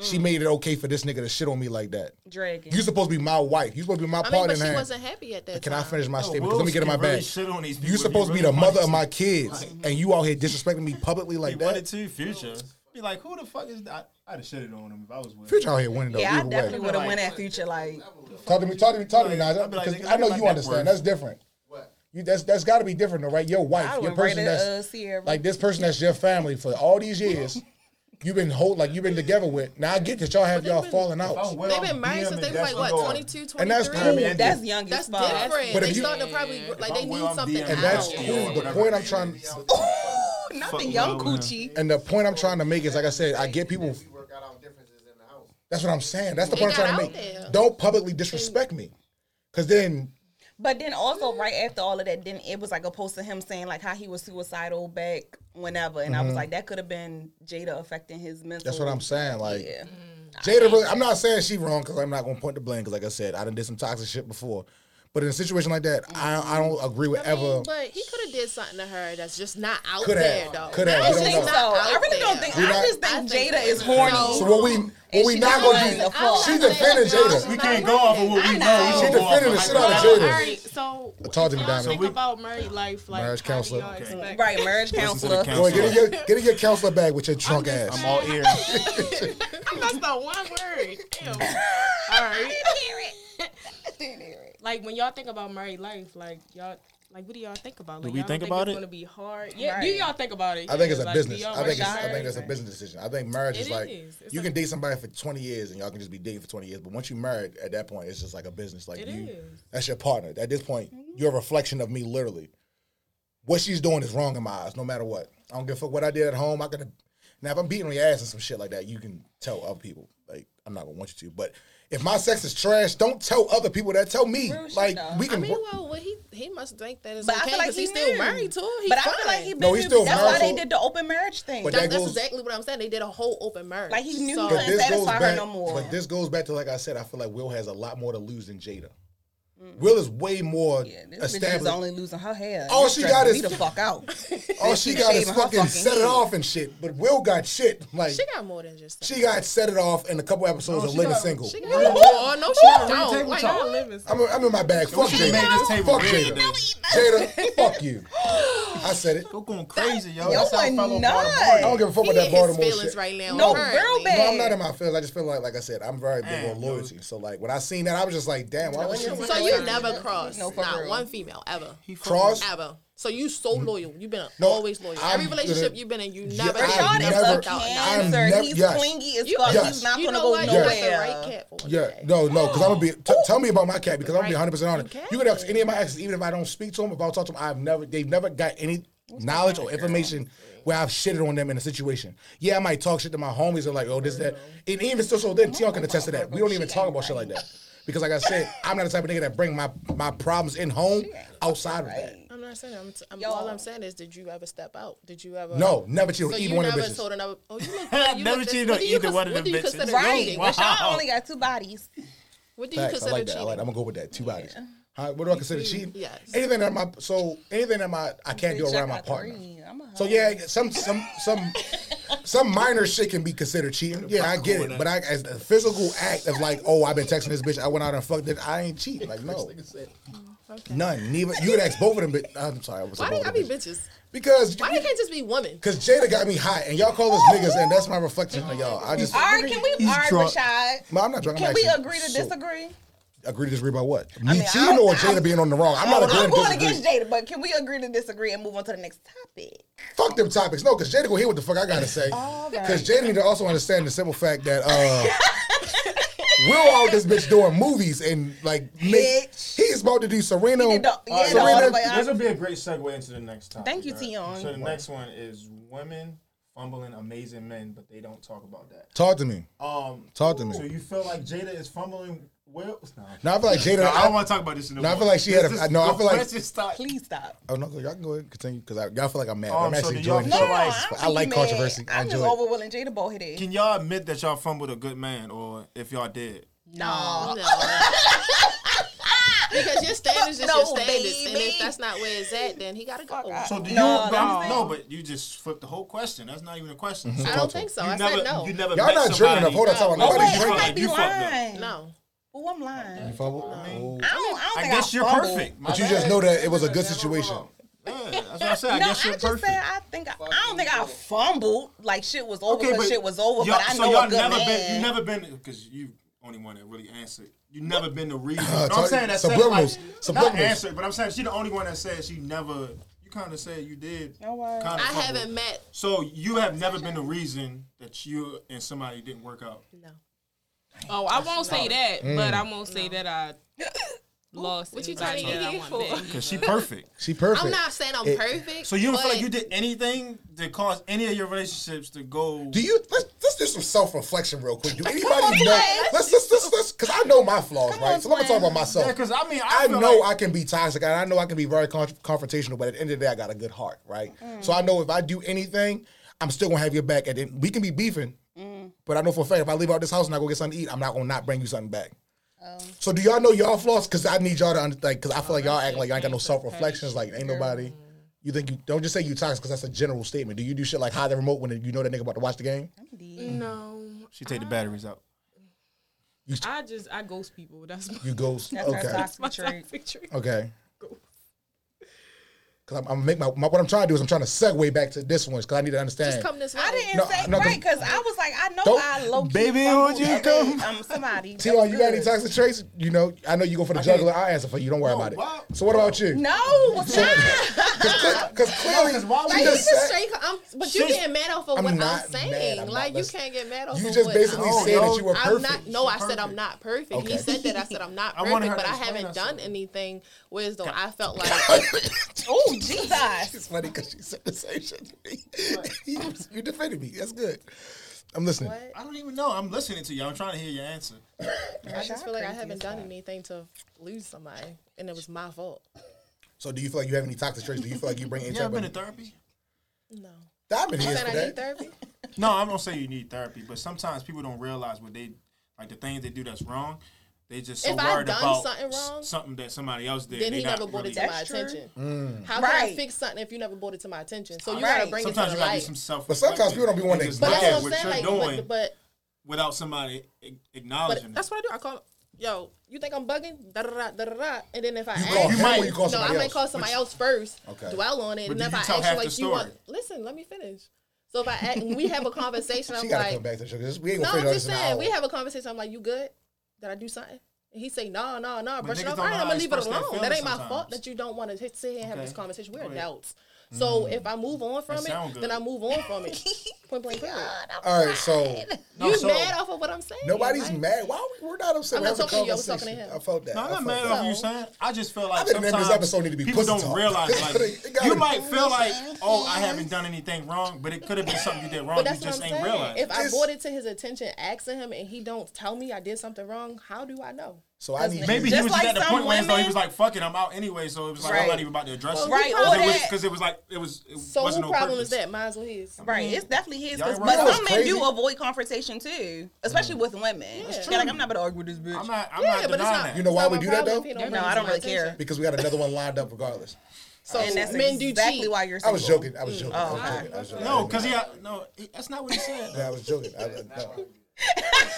A: She
E: Mm.
A: made it okay for this nigga to shit on me like that.
B: dragon.
A: You supposed to be my wife. You supposed to be my
E: I mean,
A: partner.
E: but
A: in
E: she
A: hand.
E: wasn't happy at that
A: Can
E: time.
A: I finish my
D: Yo,
A: statement? 'Cause Let me
D: Oh, Wills
A: get in my
D: can really
A: bag.
D: shit on these people
A: You
D: if he
A: supposed to be
D: really
A: the mother
D: wants
A: of my
D: to.
A: kids, and you out here disrespecting me publicly
D: He
A: like
D: wanted
A: that.
D: to Future. Be like, who the fuck is that? I'd have shit it on him if I was with.
A: Future out here winning though.
B: yeah, I
A: either
B: definitely
A: way.
B: would have went at future like
A: Talk to me, talk to me, talk to me,
D: I'd
A: Naja.
D: be like,
A: because
D: nigga,
A: I know
D: like
A: you
D: that
A: understand.
D: word.
A: That's different. You that's that's got to be different though, right? Your wife, your
B: would've
A: person
B: rated,
A: that's
B: uh, Sierra.
A: like this person that's your family for all these years. You've been hold like you've been together with. Now I get that y'all have y'all falling out.
D: Well,
E: They've been married since they were like what 22, 23?
A: And that's
B: Ooh,
A: mean,
B: that's young
E: That's
B: as fuck.
E: different.
A: But
E: they
A: if you-
E: start to probably like they
D: I'm
E: need
D: Will, I'm
E: something
D: DMing.
E: out.
A: And that's
D: Ouch.
A: cool. The
D: Whatever.
A: point I'm trying
B: nothing
D: Fuck
B: young
D: with Will,
B: coochie.
A: and the point I'm trying to make is like I said, I get people.
I: We work out our differences in the house.
A: That's what I'm saying. That's the
E: It
A: point I'm
E: got
A: trying to
E: out
A: make.
E: there.
A: Don't publicly disrespect me, because then
B: But then also right after all of that, then it was like a post of him saying like how he was suicidal back whenever, and I was like that could have been Jada affecting his mental.
A: Mm-hmm. that's what I'm saying. Like.
B: Yeah.
A: Jada, really, I'm not saying she wrong because I'm not going to point the blame because, like I said, I done did some toxic shit before. But in a situation like that, I, I don't agree with
E: I mean,
A: ever.
E: but he could have did something to her that's just not out
A: Coulda.
E: there, though.
A: Coulda.
E: That's
A: We don't know.
E: just not
B: So I
E: out
B: really don't
E: there.
B: think.
A: We
B: I
A: not-
B: just think
E: I think
B: Jada is
E: so.
B: horny.
A: so what we what we
B: she
A: not
B: not
A: going
B: lying.
A: to
B: The
A: do?
B: fuck?
A: She defended
D: We
A: Jada.
D: can't go off of what we know.
A: She
D: We go off
A: defended
D: of
A: the shit out of
D: hypotheticals.
A: Jada.
H: All right, so what
A: Talk to
H: do
A: me,
H: y'all
A: Diamond.
H: think
A: So we-
H: about married life, like
A: Marriage
H: marriage counselor.
A: counselor. Okay.
B: Right, marriage
D: Listen to the
B: counselor.
A: Go ahead,
D: counselor.
A: get in your get in your counselor bag with your drunk ass.
D: I'm all ears.
H: I messed up one word. Damn. All right. Like when y'all think about married life, like y'all. Like what do y'all think about? Like,
D: we
H: y'all
D: think
H: think
D: about
H: it's
D: it?
H: Gonna be hard. Yeah. Do y'all think about it?
A: I think it's a
H: Like, do
A: business.
H: y'all
A: I think it's, I
H: married?
A: think it's a business decision. I think marriage is
H: It
A: like
H: is. It's
A: you
H: a-
A: can date somebody for 20 years and y'all can just be dating for 20 years. But once you married, at that point, it's just like a business. Like
H: It
A: you,
H: is. Mm-hmm.
A: that's your partner. At this point, you're a reflection of me, literally. What she's doing is wrong in my eyes, no matter what. I don't give a fuck what I did at home. I could have. Now, if I'm beating on your ass and some shit like that, you can tell other people. Like I'm not gonna want you to. But if my sex is trash, don't tell other people that. Tell me.
B: Real shit,
A: Like
B: though.
A: we can.
E: I mean,
A: work-
E: well, what he he must think that it's
B: But I
E: okay
B: feel like
E: because
B: he
E: he's still
B: married.
E: married to her. He's
B: But I
E: fine.
B: feel like he been
A: No, he's still
B: That's why
A: married.
B: they did the open marriage thing.
A: But
E: That-
A: that
E: that's
A: goes-
E: exactly what I'm saying. They did a whole open marriage.
B: Like, he knew
E: So,
B: he
A: But this
B: satisfy
A: goes
B: her
A: back.
B: no more.
A: But this goes back to like I said. I feel like Will has a lot more to lose than Jada. Will is way more
B: yeah, this bitch is
A: established.
B: only losing her hair.
A: All
B: This
A: she
B: stressing
A: got is-
B: me the fuck out.
A: All she got is
B: shaving her
A: fucking,
B: fucking
A: set it
B: head.
A: off and shit. But Will got shit. Like
E: she got more than just.
A: she got set it off in a couple episodes of
D: she
A: Living
D: got-
A: Single.
E: She got more. No, she don't.
D: table
E: Like,
D: talk.
H: Y'all living.
A: I'm, i I'm in my bag. Fuck
D: she
A: Jada.
D: made this table
A: fuck
D: real
A: Jada.
D: today.
A: Jada, fuck you. I said it.
D: Go going crazy, yo.
B: Yo,
D: That's how I
B: why
D: follow
B: not?
A: I
D: Baltimore.
A: don't give a fuck
E: he
A: with that
E: in his
A: Baltimore
E: feelings
A: shit. Oh,
E: right now.
B: No,
E: apparently.
B: girl
A: No,
B: bad.
A: I'm not in my feelings. I just feel like, like I said, I'm very big on
D: Damn,
A: loyalty. So like when I seen that, I was just like, damn. Why was she
E: So you never crossed
B: No, for
E: not
B: real.
E: one female ever.
A: cross?
E: Ever. So you so loyal. You've been
A: Mm-hmm. No,
E: always loyal.
A: I'm
E: Every relationship
A: gonna-
E: you've been in, you
A: Yeah,
E: never.
A: I
E: had
B: Sean
A: am
E: that
B: is
A: never-
B: a
E: fucked out.
A: I am
B: cancer.
A: nev-
B: He's
A: yes.
B: clingy as
E: You,
B: fuck.
A: yes.
B: He's not
E: you
B: gonna
E: know
B: go
E: what?
B: nowhere.
E: You got the right cat for
A: Yeah,
E: today.
A: no, no, because I'm gonna be. T- tell me about my cat because I'm gonna be 100 percent honest.
E: You
A: You can ask
E: can.
A: any of my exes, even if I don't speak to them, if I don't talk to them, I've never, they've never got any knowledge or information where I've shitted on them in a situation. Yeah, I might talk shit to my homies and like, oh, this, that, and even still, so then Tion can attest to that. We don't even talk about shit like that because, like I said, I'm not the type of nigga that bring my my problems in home outside of that.
E: I'm not saying. I'm, t- I'm
B: Yo.
E: all I'm saying is, did you ever step out? Did you ever?
A: No, never cheated
E: So
A: on
E: you
A: either one of
E: never
A: the bitches.
E: told another. Oh, you look good. You
D: Never
E: look this-
D: cheated
E: what
D: on
E: do you
D: either
E: cons-
D: one of
E: what
D: the
E: do you
D: bitches.
E: consider
B: Right.
E: cheating?
B: But Sean only got two bodies.
E: What do you
A: Facts. I
E: consider
A: like that.
E: cheating?
A: I like. That. I'm gonna go with that. Two bodies. Huh? What do I consider cheating?
E: Yes.
A: Anything that my so anything that my I can't do
B: Bitch, I
A: around my
B: got
A: partner.
B: three. I'm a
A: So
B: hoe.
A: yeah, some some some some minor shit can be considered cheating. Yeah, I get it. But I as a physical act of like, oh, I've been texting this bitch. I went out and fucked it. I ain't cheating. Like no, none. Neither you could ask both of them. But I'm sorry, I was
E: Why they
A: both
E: gotta
A: of
E: be
A: them.
E: bitches?
A: Because
E: Why they can't just be women?
A: because Jada got me hot, and y'all call us niggas, and that's my reflection on y'all. I just.
B: All right, can we?
D: He's
B: all right,
D: drunk.
B: Rashad.
A: Well, I'm not drunk. I'm
B: Can we
A: actually
B: agree to
A: sober.
B: disagree?
A: Agree to disagree about what? Me
B: mean,
A: cheating
B: I'm-
A: or
B: I'm-
A: Jada being on the wrong? I'm not
B: Oh, I'm
A: agreeing to
B: going
A: disagree.
B: against Jada, but can we agree to disagree and move on to the next topic?
A: Fuck them topics. No, because Jada go hear what the fuck I gotta say. Because Jada need to also understand the simple fact that uh we're all this bitch doing movies and like make,
B: Bitch.
A: he's about to do Serena.
B: did the- yeah,
A: Serena-
B: all the way
D: This will be a great segue into the next topic.
B: Thank you,
D: right?
B: Tion.
D: So the next one is women fumbling amazing men, but they don't talk about that.
A: Talk to me.
D: Um,
A: Talk to me.
D: so you feel like Jada is fumbling? Well, nah.
A: Now I feel like Jada.
G: No, I
A: I,
G: don't want to talk about this. No,
A: No, I
G: more.
A: feel like she had a-
G: This
A: I-
G: is-
A: no, I feel like-
G: Let's just stop.
B: Please stop.
A: oh no, y'all can go ahead and continue because I y'all feel like I'm mad.
D: Um,
A: I'm
D: so
A: actually
D: do y'all
A: enjoying.
D: feel
A: it.
D: like- I
A: I like controversy. I
B: I'm just
A: enjoy it.
B: overwilling Jada ball headed.
D: Can y'all admit that y'all fumbled a good man, or if y'all did?
E: No. because your standards is
B: No,
E: your standards, and
B: baby.
E: if that's not where it's at, then he gotta go.
B: out.
E: I
D: So do
B: Uh, No,
D: you?
B: no.
D: No, no, but you just flipped the whole question. That's not even a question. So
E: don't think so.
D: you
E: I
D: never,
E: said no.
D: You never.
A: Y'all
D: met
A: not
D: somebody.
A: drinking up. Hold on, time out.
D: No,
A: Nobody
D: you
B: Oh, Wait, I
A: drinking.
D: fucked
B: might
D: up.
B: be
D: You fucked up.
B: lying.
E: no.
B: Oh, I'm lying.
A: Oh.
B: I don't, I don't
D: I
B: think
D: guess you're
B: fumbled.
D: perfect. My
A: But you
D: bad.
A: just know that it was a good situation.
D: Yeah, that's what I said. I
B: No, I,
D: guess you're
B: just
D: perfect.
B: said I think I, I don't think I fumbled. Like shit was over because shit was over.
D: y'all-
B: But I
D: so
B: know
D: y'all
B: a good
D: never
B: man.
D: been, you never been, because you only one that really answered. You never been the reason.
A: Uh,
D: No, I'm
A: talk-
D: saying that
A: subliminals,
D: said like,
A: subliminals.
D: not answered, but I'm saying she the only one that said she never. You kind of said you did.
B: No worries.
D: kinda
E: I
D: fumble.
E: haven't met.
D: So you have never been the reason that you and somebody didn't work out.
E: No.
H: Oh, I won't say that, but I won't say that I lost.
E: What you
H: anybody
E: turning
H: that I
E: here
H: wanted.
E: for?
D: Cause she perfect.
A: She perfect.
E: I'm not saying I'm
A: It-
E: perfect.
D: So you don't feel
E: but
D: like you did anything to cause any of your relationships to go.
A: Do you let's let's do some self reflection real quick. Do anybody
B: on,
A: know?
B: Clay.
A: Let's let's let's let's because I know my flaws,
B: Come
A: right?
B: on,
A: so let me
B: Clay.
A: talk about myself.
D: Yeah, 'cause I mean, I
A: Oh. I
D: feel
A: know
D: like-
A: I can be toxic, and I know I can be very con- confrontational. But at the end of the day, I got a good heart, right? So I know if I do anything, I'm still gonna have your back. And then we can be beefing, but I know for a fact if I leave out this house and I go get something to eat, I'm not gonna not bring you something back. So do y'all know y'all flaws? Because I need y'all to understand. Because I feel like y'all acting like y'all ain't got no self reflections. Like ain't nobody. You think you don't just say you toxic because that's a general statement. Do you do shit like hide the remote when you know that nigga about to watch the game?
H: Mm. No,
D: She take the batteries out.
H: I just I ghost people. That's my,
A: You go
B: That's
A: okay.
B: our toxic
H: my
B: trait.
H: toxic trait.
A: Okay. Cause I'm, I'm make my, my what I'm trying to do is I'm trying to segue back to this one because I need to understand.
E: Just come this way.
B: I didn't
A: No,
B: say
A: no,
B: right
A: cause-
B: because I was like I know
A: Don't-
B: I low key
D: Baby, would
B: fumbled
D: you
B: at
D: come?
B: the- Um, somebody.
A: T R, you got any
B: Good.
A: toxic traits? You know, I know you go for the juggler. I answer for you. Don't worry
D: No,
A: about it.
D: why-
A: So what about you?
B: No, it's
A: So-
B: not.
A: Because clearly,
D: 'cause why would
E: Like
A: you
E: you
A: just said-
E: just straight, I'm, but you
D: She's-
E: getting mad off of
A: I'm
E: what
A: not mad.
E: I'm saying.
A: I'm not-
E: like you
A: listen.
E: can't get mad off.
A: you
E: of
A: just
E: what
A: basically
E: I'm-
A: said
D: yo,
A: that you were
E: I'm
A: perfect.
E: not. No, I said I'm
D: perfect.
E: not perfect.
A: Okay.
E: He said that. I said I'm not
D: I wanted
E: perfect,
D: her
E: but
D: to
E: I
D: explain
E: haven't done
D: herself.
E: anything. Whereas though I felt like
B: Oh Jesus.
A: It's funny because she said the same shit to me. you, you defended me. That's good. I'm listening.
D: I don't even know. I'm listening to you. I'm trying to hear your answer.
E: I just feel like I haven't done anything to lose somebody, and it was my fault.
A: So do you feel like you have any toxic traits? Do you feel like you bring any
D: You ever
A: type
D: been to
A: of?
D: therapy?
E: No.
A: Diamond
E: You
A: here
E: said
A: for
E: I need
A: that.
E: therapy.
D: No, I'm gonna say you need therapy, but sometimes people don't realize what they like the things they do that's wrong. They just so
E: If I
D: worried
E: done
D: about
E: something
D: s-
E: wrong,
D: something that somebody else did.
E: Then
D: They
E: he
D: not
E: never brought it to
D: really-
E: my
B: That's true.
E: attention.
A: Mm.
E: How can I
B: Right.
E: fix something if you never brought it to my attention? So you
B: Right.
E: gotta bring it
D: Sometimes
E: to
D: you
E: the
D: gotta do
E: light.
D: some self.
A: But sometimes people don't be wanting to
E: But
A: Yeah,
E: that's what
D: what
E: I'm saying.
D: you're
E: Like,
D: doing
E: but, but
D: without somebody a-
E: But
D: acknowledging.
E: that's
D: it.
E: what I do. I call, yo, you think I'm bugging? Da da da da da. da. And then if I
A: You
E: ask,
A: call him
D: or
E: might,
D: you
A: call
E: no,
A: somebody
E: I might
A: else?
E: call somebody else first.
A: Okay.
E: Dwell on it,
D: But
E: and
D: do
E: if
D: you
E: I
D: tell
E: ask
D: half
E: you
D: the
E: like you want,
D: story?
E: listen, let me finish. So if I ask, when we have a conversation,
A: She
E: I'm
A: gotta
E: like,
A: come back to the show. 'cause We ain't
E: no,
A: gonna
E: I'm
A: finish
E: just
A: this in an
E: saying. We
A: hour.
E: have a conversation. I'm like, you good? Did I do something? And he say, no, no, no, brush
D: niggas
E: it off.
D: don't know
E: All
D: how
E: right, I'm
D: to
E: gonna leave it
D: express their
E: alone. That
D: feelings
E: ain't my fault
D: sometimes.
E: that you don't want to sit here and have this
D: Okay.
E: conversation. We're
D: Right.
E: adults. So if I move on from
D: That sound
E: it,
D: good.
E: then I move on from it. Point blank. Period.
A: All right, so
D: No,
E: you
D: so-
E: mad off of what I'm saying?
A: Nobody's
E: Like,
A: mad. Why are we, we're not upset?
E: I'm
A: We're
E: not
A: having a
E: talking to you. I was
A: conversation.
E: talking to him.
A: I felt that.
D: No, I'm
A: I felt
D: not mad
A: that.
D: at you,
E: So-
D: son. I just feel
A: I've
D: like
A: been in this
D: sometimes
A: episode need to be
D: people
A: pussy
D: don't
A: talk.
D: realize.
A: It gotta- it
D: Like,
A: gotta
D: you
A: be-
D: might feel like, oh, I haven't done anything wrong, but it could have been something you did wrong. You
E: But that's
D: just
E: what
D: ain't
E: I'm saying.
D: realized.
E: If I
A: It's-
E: brought it to his attention, asking him, and he don't tell me I did something wrong, how do I know?
A: So I need
D: Maybe
A: you.
D: he
B: Just
D: was
B: like
D: just at the
B: some
D: point where it's like he was
B: women-
D: like, "Fuck it, I'm out anyway." So it was like I'm
B: Right.
D: not even about to address
B: Right,
D: it.
B: all
D: Because it was
B: that-
D: because it was like it was. It
E: So whose
D: wasn't on
E: problem
D: purpose.
E: is that? Mine's or his?
B: Right, it's definitely his.
D: Y'all
B: 'cause-
D: ain't
B: but
D: right.
A: That
B: some
A: was
B: men do
A: crazy.
B: avoid confrontation too, especially with women. They're like, I'm not about to argue with this bitch.
D: I'm not. I'm
E: Yeah,
D: not
E: but it's
D: denying
E: not.
D: that.
A: You know why
E: it's not
A: we
E: my
A: do that
E: problem
A: though?
E: if he don't
B: no,
E: bring
B: I don't
E: it to
B: really
E: my attention.
B: care.
A: Because we got another one lined up regardless.
E: So
B: And that's
E: men do
B: exactly
E: cheat.
B: why you're.
A: I was
B: single.
A: joking. I was joking. I was joking. I was joking.
D: No, because he had, no. he- That's not what he said.
A: Yeah, I was joking. I, I- no.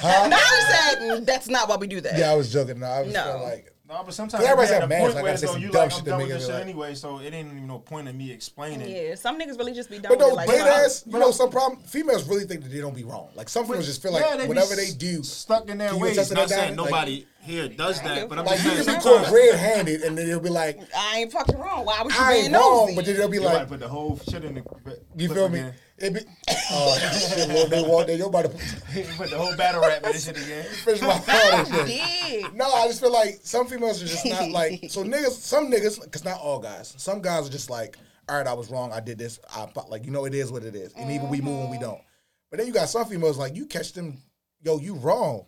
B: Now you said mm, that's not why we do that.
A: Yeah, I was joking. No, I was
B: No.
A: feeling like
D: No, but sometimes
A: Yeah,
D: you
A: everybody's
D: get
A: got
D: at a
A: mad,
D: point
A: so I
D: where
A: gotta say
D: so
A: some
D: you
A: dumb
D: like
A: shit
D: I'm
A: to
D: done
A: make
D: with
A: it
D: this shit
A: like-
D: anyway, so it ain't even no point in me explaining.
B: Yeah, some niggas really just be dumb.
A: But
B: with
A: no,
B: it, like,
A: bait
B: fuck.
A: ass. You know, some problem. Females really think that they don't be wrong. Like some females just feel like
D: Yeah, they be
A: whatever they
D: s-
A: do,
D: stuck in their
A: Can you
D: ways.
A: attest to
D: Not
A: that,
D: saying
A: Don?
D: nobody here does that, but I'm
A: like
D: just
A: you
D: saying
A: can be
D: sometimes
A: caught red-handed, and then they'll be like,
B: I ain't fucking wrong. Why was you
A: "I
B: being
A: ain't wrong,"
B: nosy?
A: but then they'll be
D: You might
A: like,
D: put the whole shit in the. but-
A: "You
D: but
A: feel me?"
D: again.
A: It be oh shit, Lord, they walk there. You about to put-
D: You put the whole battle rap in this shit again.
A: finish my thought and shit.
B: Yeah.
A: No, I just feel like some females are just not like so niggas. Some niggas, because not all guys. Some guys are just like, all right, I was wrong. I did this. I apo- like you know it is what it is, and even we move when we don't. But then you got some females like you catch them, yo, you wrong.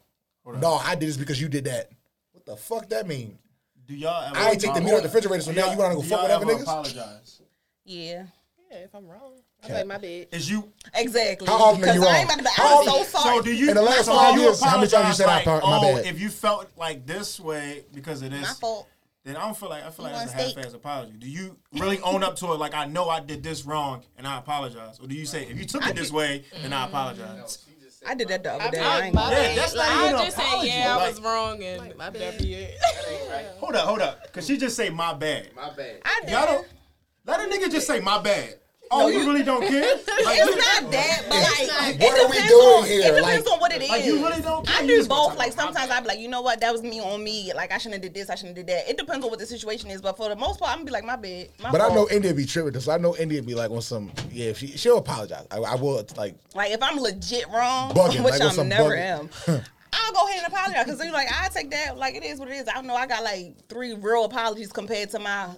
A: No, I did this because you did that. What the fuck that mean?
D: Do y'all ever?
A: I ain't take the meat out the refrigerator, so
D: Do
A: now
D: y'all-
A: you wanna go
D: do
A: fuck
D: y'all
A: with other
D: ever
A: niggas?
D: Apologize.
B: Yeah,
E: Yeah, if I'm wrong, I'm like my bed.
D: Is you?
B: exactly.
A: How often are you
B: Because I
A: wrong?
B: ain't about to be
A: How
B: I'm so
A: often-
B: sorry.
D: So do you?
A: In the last
D: so
A: five
D: you
A: years, how many times you said I
D: apologize,
A: par- my
D: like, oh,
A: bad?
D: If you felt like this way because of this,
B: My fault.
D: then I don't feel like I feel like
B: You
D: that's a
B: want
D: half
B: steak?
D: ass apology. Do you really own up to it? Like I know I did this wrong and I apologize, or do you say if you took it this way then I apologize?
B: I did that the other day. I
E: Like,
B: ain't
E: my
B: gonna
D: Yeah,
E: bad.
D: that's not
E: Like,
H: I
D: even an
H: just say
D: apology,
H: yeah, I
D: like-
H: was wrong and
E: Like, my
H: that'd
E: bad.
H: be it.
D: Hold up, hold up, because she just say my bad.
I: My bad.
B: I did.
D: Y'all don't let a nigga just say my bad. Oh, you really don't care? Like, you,
B: It's not that, but like,
A: What
B: it
A: are we
B: depends
A: doing
B: on,
A: here?
B: It depends
A: Like-
B: on what it is.
D: like, you really don't care.
B: I
D: You
B: do
D: just wanna
B: both.
D: talk
B: Like
D: about my
B: sometimes
D: bad.
B: I'm like, you know what, that was me on me. Like I shouldn't have did this, I shouldn't have did that. It depends on what the situation is, but for the most part, I'm gonna be like, my bad. My
A: But I
B: fault.
A: know India be tripping this. I know India be like on some. Yeah, if she she'll apologize. I, I will like.
B: Like if I'm legit wrong,
A: Bugging,
B: which
A: like, on
B: I'm
A: some
B: never
A: bugging.
B: am. I'll go ahead and apologize because you're like, I take that like it is what it is. I know I got like three real apologies compared to my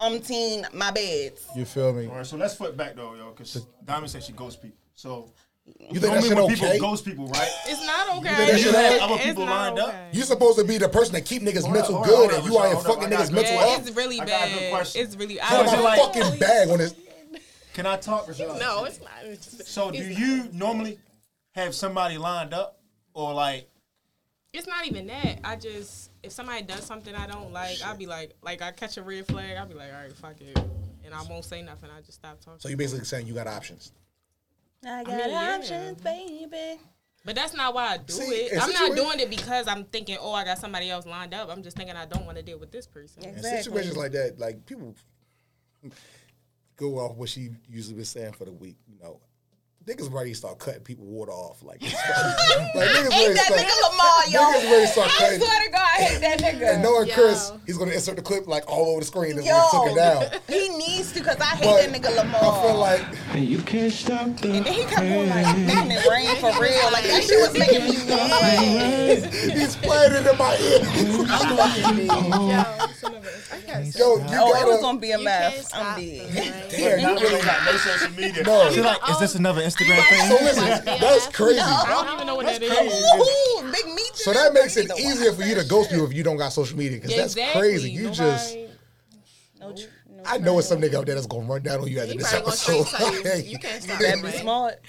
B: umpteen my beds.
A: You feel me?
D: All right, so let's flip back though, yo, because Diamond said she ghost people. So
A: You think that
D: normally
A: shit
D: when
A: okay?
D: people ghost people, right?
H: It's not
D: Do
H: okay.
D: you have other
H: It's
D: people
H: not
D: lined up?
H: okay.
A: You supposed to be the person that keep niggas
D: Hold
A: mental
D: up, hold
A: good,
D: up,
A: and
D: hold
A: you
D: up,
A: out here
D: hold up.
A: fucking
D: I got
A: niggas
D: a
A: mental
D: good-
H: Yeah,
A: up.
H: it's really
D: I got a good
H: bad.
D: question.
H: It's really.
A: Put
H: I
A: my
D: So, like-
A: fucking bag on his.
D: Can I talk, Rashad?
E: No, it's not.
D: So do you normally have somebody lined up, or like
H: It's not even that. I just if somebody does something I don't like, I'll be like, like I catch a red flag, I'll be like, all right, fuck it, and I won't say nothing. I just stop talking.
A: So you basically saying you got options.
B: I got
H: mean, yeah.
B: options, baby.
H: But that's not why I do
A: See,
H: it.
A: it's
H: I'm not
A: situa-
H: doing it because I'm thinking, oh, I got somebody else lined up. I'm just thinking I don't want to deal with this person.
A: In
B: Exactly.
A: situations like that, like people go off what she usually been saying for the week. You know, niggas ready to start cutting people water off. Like, like niggas
B: Hate
A: ready to
B: that
A: start.
B: nigga Lamar,
A: Niggas
B: yo.
A: ready to start
B: I
A: cutting.
B: swear to God, I hate that nigga.
A: And knowing
E: Yo.
A: Chris, he's gonna insert the clip like all over the screen. This
B: Yo.
A: nigga took it down.
B: He needs to because I hate
A: But
B: that nigga Lamar.
A: I feel like
J: You can't stop the
B: and then he kept going like, that and it ran for real. Like that shit was making me mad.
A: he's playing it in my ear. Yo, you
B: Oh,
A: gotta.
B: it was gonna be a
E: You can't
B: mess. I'm dead.
E: stop them, right?
A: Damn,
D: not
A: you really-
D: really got no social media?
A: No.
D: She like, is this another Instagram
A: So
D: thing?
A: listen, that's crazy.
H: I don't even know what that is.
B: Ooh, big meat.
A: So that makes it easier for you to ghost people if you don't got social media because that's
H: Exactly.
A: crazy. You just,
H: Nobody-
B: No, tr- no
A: I know it's some nigga out there that's gonna run down on you after
E: He
A: this
E: probably gonna
A: episode.
E: straight tell you.
A: Like,
E: You can't stop
B: that'd be
E: Right.
B: smart.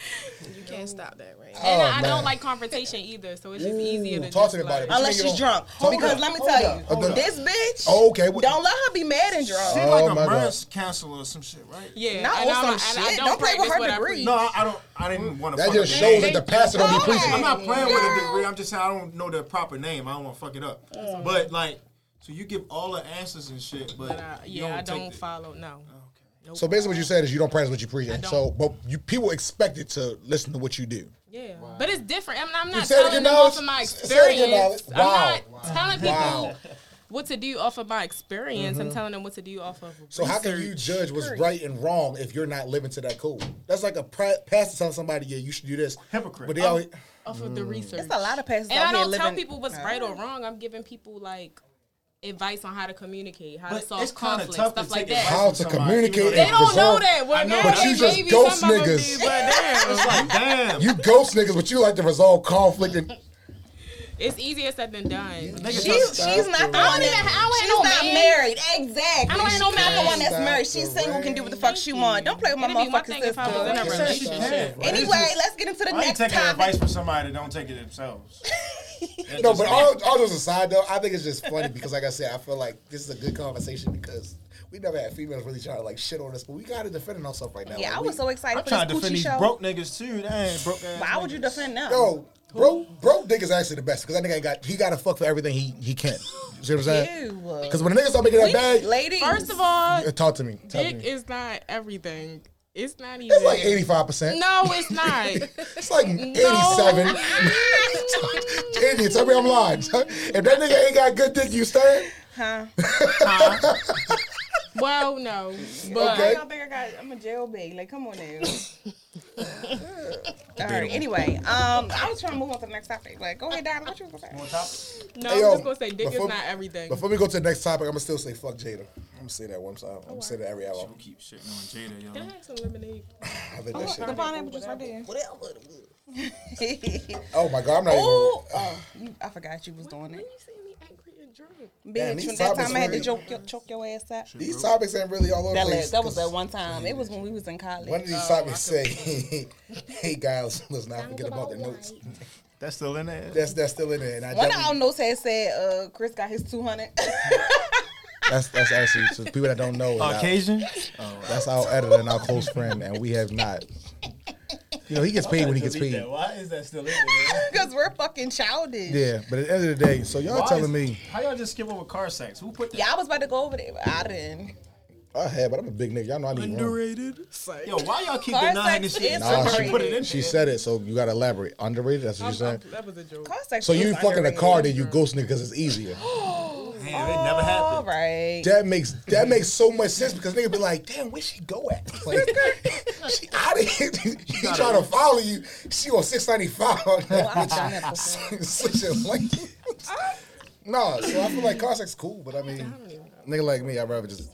E: You can't stop that, right?
H: And
A: Oh,
H: I, I
A: man.
H: don't like confrontation either, so it's just easier to
A: talk
H: just
A: to me about it.
H: like-
B: Unless
A: nigga
B: she's
A: don't-
B: drunk.
A: Hold
B: because
A: up,
B: let me
A: hold
B: tell
A: up,
B: you,
A: hold up.
B: this bitch,
A: Oh, okay, what-
B: don't let her be mad and drunk.
D: She
A: Oh,
D: like
A: my
D: a
A: God.
D: breast counselor or some shit, right?
H: Yeah,
B: Not
H: and
B: on
H: I'm-
B: some
H: and I
B: shit.
H: don't,
B: Don't play
H: practice
B: with her
H: what I
B: degree.
H: preach.
D: No, I, I don't. I didn't want to.
A: that just shows that the pastor don't be
B: Hey.
A: preaching.
D: I'm not playing with a
B: Girl.
D: degree. I'm just saying I don't know the proper name. I don't want to fuck it up. But like, so you give all the answers and shit, but,
H: But I-
D: you
H: yeah, I
D: take
H: don't
D: the-
H: follow. No.
A: So basically, what you said is you don't practice what you preach.
H: I
A: So, but you people expected to listen to what you do.
H: Yeah, but it's different. I'm, I'm not
A: said it
H: telling
A: again,
H: them off of
A: Knowledge.
H: my
A: Say it again,
H: experience. I'm
A: Knowledge.
H: not telling people
A: Wow.
H: what to do off of my experience. I'm telling them what to do off of.
A: So how can you
H: research.
A: judge what's right and wrong if you're not living to that code? That's like a pra- pastor telling somebody, "Yeah, you should do this."
D: Hypocrite.
A: But they always,
H: off of the research?
B: It's a lot of pastors
H: and
B: out
H: I
B: here
H: don't
B: living.
H: tell people what's right or wrong. I'm giving people like advice on how to communicate, how to
D: But
H: solve
D: it's kinda
H: conflict,
D: tough to
H: stuff like
D: take advice
H: that.
A: how
D: from
A: to
D: somebody, you know,
A: communicate.
D: they
H: They don't know
A: resolve-
H: that. Well,
D: I know,
H: now
D: but
H: they
D: you
A: just
H: maybe
A: ghost
H: some of them
A: niggas.
H: did, but damn.
D: It's like damn.
A: You ghost niggas, but you like to resolve conflict and
H: It's easier said than done.
A: Nigga,
B: She,
A: just
B: she's
A: stop
B: not the
A: the rap.
B: one. that-
E: I don't
B: she's
E: have no
B: not
E: man.
B: married. Exactly.
H: I don't have
B: she's
H: no
B: not the
H: man.
B: one that's
A: Stop
B: married.
A: the
B: She's single, can do what the fuck she
H: you.
B: want. Don't play with my
H: It'd be one
B: motherfucking
H: thing if I was
B: sister.
H: in a
A: She said she
H: relationship.
A: can, bro.
B: Anyway, let's get into the
D: I ain't
B: next
D: taking advice
B: topic.
D: from somebody that don't take it themselves. That's
A: No,
D: just
A: but
D: me.
A: all, all those aside, though, I think it's just funny because, like I said, I feel like this is a good conversation because we never had females really trying to like shit on us, but we got to defend ourselves right now.
B: Yeah,
A: Like,
B: I
A: we-
B: was so excited
D: I'm
B: for this
D: trying to defend
B: Gucci
D: these
B: show.
D: broke niggas too. That ain't broke ass.
B: Why would you
D: niggas.
B: defend them?
A: Yo, bro, bro, niggas actually the best because that nigga ain't got he got to fuck for everything he he can. You see what I'm saying?
B: Ew.
A: Because when a nigga start making that
B: We-
A: bag,
B: ladies.
H: First of all,
A: Uh, talk to me. Talk to
H: dick
A: me.
H: is not everything. It's not even.
A: it's like 85. percent
H: No, it's not.
A: It's like 87. 80. Tell me I'm lying. If that nigga ain't got good dick, you stay.
H: well, no, but
A: Okay.
B: I don't think I got. I'm a jailbait. Like, come on now. All right. Anyway, um, I was trying to move on to the next topic. Like, go ahead, Donna. What you was gonna say?
H: no,
A: Hey, yo,
H: I'm just gonna say dick
A: before-
H: is not everything.
A: Before we go to the next topic, I'm gonna still say fuck Jada. I'm gonna say that one time. I'm gonna say that every hour.
D: Don't keep shitting on Jada, yo.
H: Can I have some lemonade?
A: I think that shit.
B: The pineapple just right there.
A: Oh my god, I'm not
B: oh, oh, you, I forgot you was doing
H: When
B: it.
H: you see me angry and drunk,
A: Damn,
B: Bitch,
A: these
B: when that
A: topics
B: time I had to
A: really-
B: choke your, choke your ass out.
A: even. These topics ain't really all over the
B: That,
A: place.
B: last, that was that
A: 'cause
B: one Oh, time. It was when we was in college.
A: One of these topics say, "Hey guys, let's not forget about the notes."
D: That's still in there.
A: That's that's still in there. And I
B: One of
A: definitely-
B: our notes had said uh, Chris got his 200.
A: That's that's actually to people that don't know. uh,
D: Cajun.
A: That's our editor and our close friend, and we have not. You know, he gets paid when he gets paid.
D: Why is that still in there?
B: Because we're fucking childish.
A: Yeah, but at the end of the day, so y'all
D: Why
A: telling
D: is-
A: me
D: How y'all just skip over car sex? Who put that?
B: Yeah, I was about to go over there, but I didn't.
A: I had, but I'm a big nigga. Y'all know I need room.
H: underrated. Psych.
D: Yo, why y'all keep
B: Car
D: denying this
B: sex
D: shit?
B: is
A: Nah,
D: Somebody
A: Ah, she-
D: put it in
A: She
D: there.
A: said it, so you gotta elaborate. Underrated. That's what you
H: I'm,
A: said.
H: I'm- that was a joke.
B: Car sex
A: So
B: was
A: you fucking a
B: underrated.
A: car, then you ghost nigga because it's easier.
D: Damn, it never
B: All
D: happened.
B: right.
A: That makes that makes so much sense because nigga be like, damn, where she go at? Like, she out of here. He trying to follow you. She on six ninety five.
B: Well, I've done that before.
A: Switch your lane. No, so I feel like car sex cool, but I mean, nigga like me, I'd rather just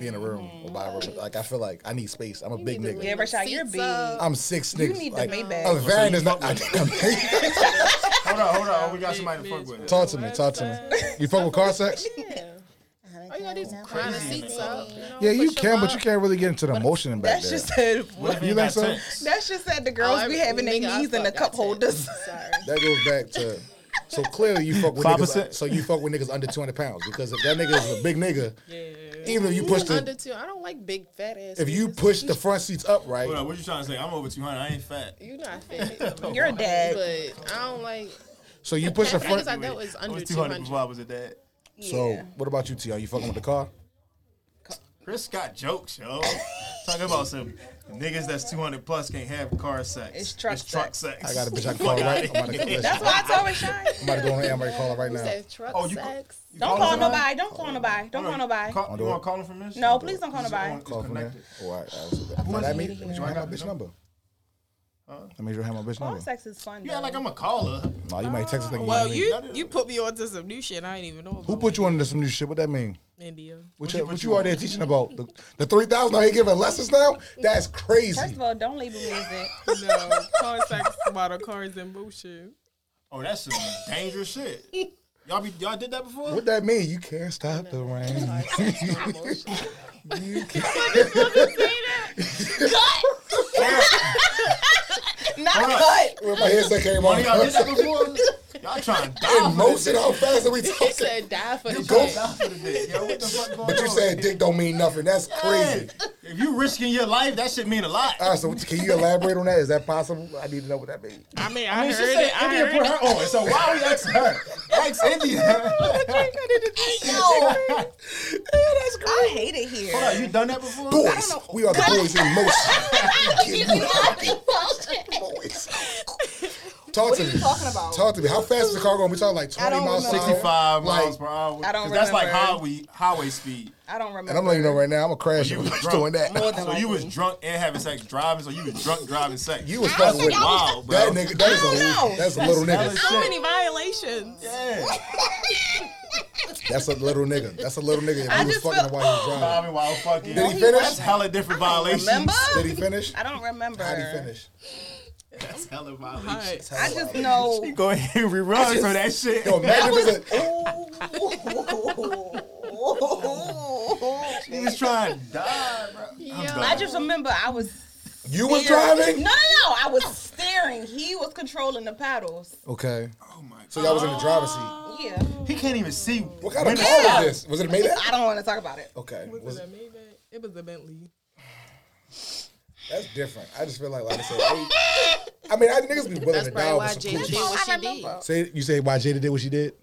A: be in a room or buy a room. Like I feel like I need space. I'm a big nigga.
B: Yeah, Rashad, you're
E: Seats
B: big.
E: up.
A: I'm six niggas.
B: need the
A: like,
B: Maybach.
A: A van is not. I need a Maybach.
D: Hold on, hold on. We got somebody to fuck with.
A: talk to me. Talk to me. You fuck with car sex?
E: All you gotta do is climb the seats up. You know,
A: Yeah, you
E: push
A: can,
E: them
A: but you
E: up.
A: can't really get into the motion in back
B: That's
A: there.
B: just said.
D: What if
A: You
D: you
A: think
D: got
A: so?
D: sex?
B: That's just said the girls
E: Oh,
B: be
E: every-
B: having their
E: nigga, I
B: knees in the
E: fuck
B: cup
E: that
B: holders.
E: shit. Sorry.
A: That goes back to. So clearly you fuck with
D: Five
A: niggas.
D: percent.
A: So you fuck with niggas under 200 pounds because if that nigga is a big nigga, even if you push
E: Under
A: the
E: two, I don't like big fat ass.
A: if you
E: niggas.
A: push the front seats up right,
D: Hold on, what you trying to say? I'm over 200. I ain't fat.
E: you not fat,
B: You're a dad.
E: but I don't like.
A: so you push the front.
E: Niggas I dealt was
D: I
E: under
D: was
E: two
D: 200
E: hundred.
D: before I was a dad.
A: So what about you, T? Are you fucking with the car?
D: Chris got jokes, yo. Talking about some niggas that's 200 plus can't have car sex.
B: It's truck sex.
A: I got a bitch I can call right. I'm about to, listen,
B: That's why I told Rashad.
A: I'm about to go on the air. I'm about to call her right now.
E: That truck
D: Oh, you-
E: sex.
B: Don't call nobody. Don't call nobody. Don't call nobody.
D: Call, you want to call him from this?
B: No, please don't call nobody.
A: Call from there. Oh, all right. all right, so that- Now, That means you have my bitch number. That means you have my bitch
B: Car
A: number.
B: sex is fun.
D: Yeah,
B: though.
D: like I'm a caller.
A: Nah, you might text this nigga.
H: Well,
A: know
H: you
A: what I mean?
H: you put me on to some new shit. I didn't even know. About
A: Who put you into some new shit? What that mean?
H: India?
A: What you, what you are there teaching about? The, the 3,000 are you giving lessons now? That's crazy.
B: First of all, don't label me as that.
H: No, car sex model cars and bullshit.
D: Oh, that's some dangerous shit. Y'all be y'all did that before?
A: What that mean? You can't stop the rain. you can't.
B: Not cut.
A: When my headset came on,
D: One of Oh, y'all did that before? Y'all trying to die
A: in motion, how fast are we
E: He
A: talking?
E: said die for the
A: Go.
E: shit.
D: for the dick. Yo, what the fuck going
A: But you
D: on?
A: said dick don't mean nothing. That's crazy.
D: If you risking your life, that shit mean a lot.
A: All right, so can you elaborate on that? Is that possible? I need to know what that means.
H: I mean, I,
D: She
H: heard
D: said
H: it. I
D: India
H: heard
D: put
H: it.
D: her on. So why are we asking her? Ex India.
B: I hate it here.
D: Hold on, you done that before?
A: Boys, we are the boys in motion. Boys. Talk to me.
B: talking about?
A: Talk to me. How fast is the car going? We talking like 20
B: don't
A: miles per hour?
D: 65 miles
A: Like-
D: per hour.
B: I don't
D: 'Cause that's like
B: remember.
D: highway highway speed.
B: I don't remember.
A: And I'm letting you know right now, I'm a crash. You
D: You was
A: was
D: drunk.
A: doing that.
D: So you was drunk and having sex driving, so you was drunk driving sex.
A: You was fucking with me.
D: wow, bro.
A: That nigga, that is a
B: know.
A: that's a little nigga.
H: So many violations.
D: Yeah.
A: That's a little nigga. That's a little nigga. If
B: I
A: he was
B: just
A: fucking
B: felt-
A: while he was driving.
D: Bobby while fucking.
A: Did he finish?
D: That's hella different violations.
B: Remember?
A: Did he finish?
B: I don't remember.
A: How did he finish?
D: That's hella
H: Alright.
D: violation.
B: I just know.
D: Go ahead and rerun for that shit.
A: Yo, imagine if it's a,
D: She was trying to die, bro. I'm done.
B: I just remember I was.
A: you was
B: staring-
A: driving.
B: No, no, no. I was staring. He was controlling the paddles.
A: Okay,
D: oh my
A: so
D: god.
A: y'all was in the driver's seat.
B: Yeah.
D: He can't even see.
A: What kind of car was this? Was it a
B: I
A: Maybach?
B: don't want to talk about it.
A: Okay,
H: Was
A: was,
H: it a Maybach? It was a Bentley.
A: that's different. I just feel like, like I said, they- I mean, I niggas be willing
E: That's
A: to
E: probably
A: die
E: why
A: over some
E: Jada
A: cool
E: did
A: shit.
E: what she did.
A: Say you say why Jada did what she did.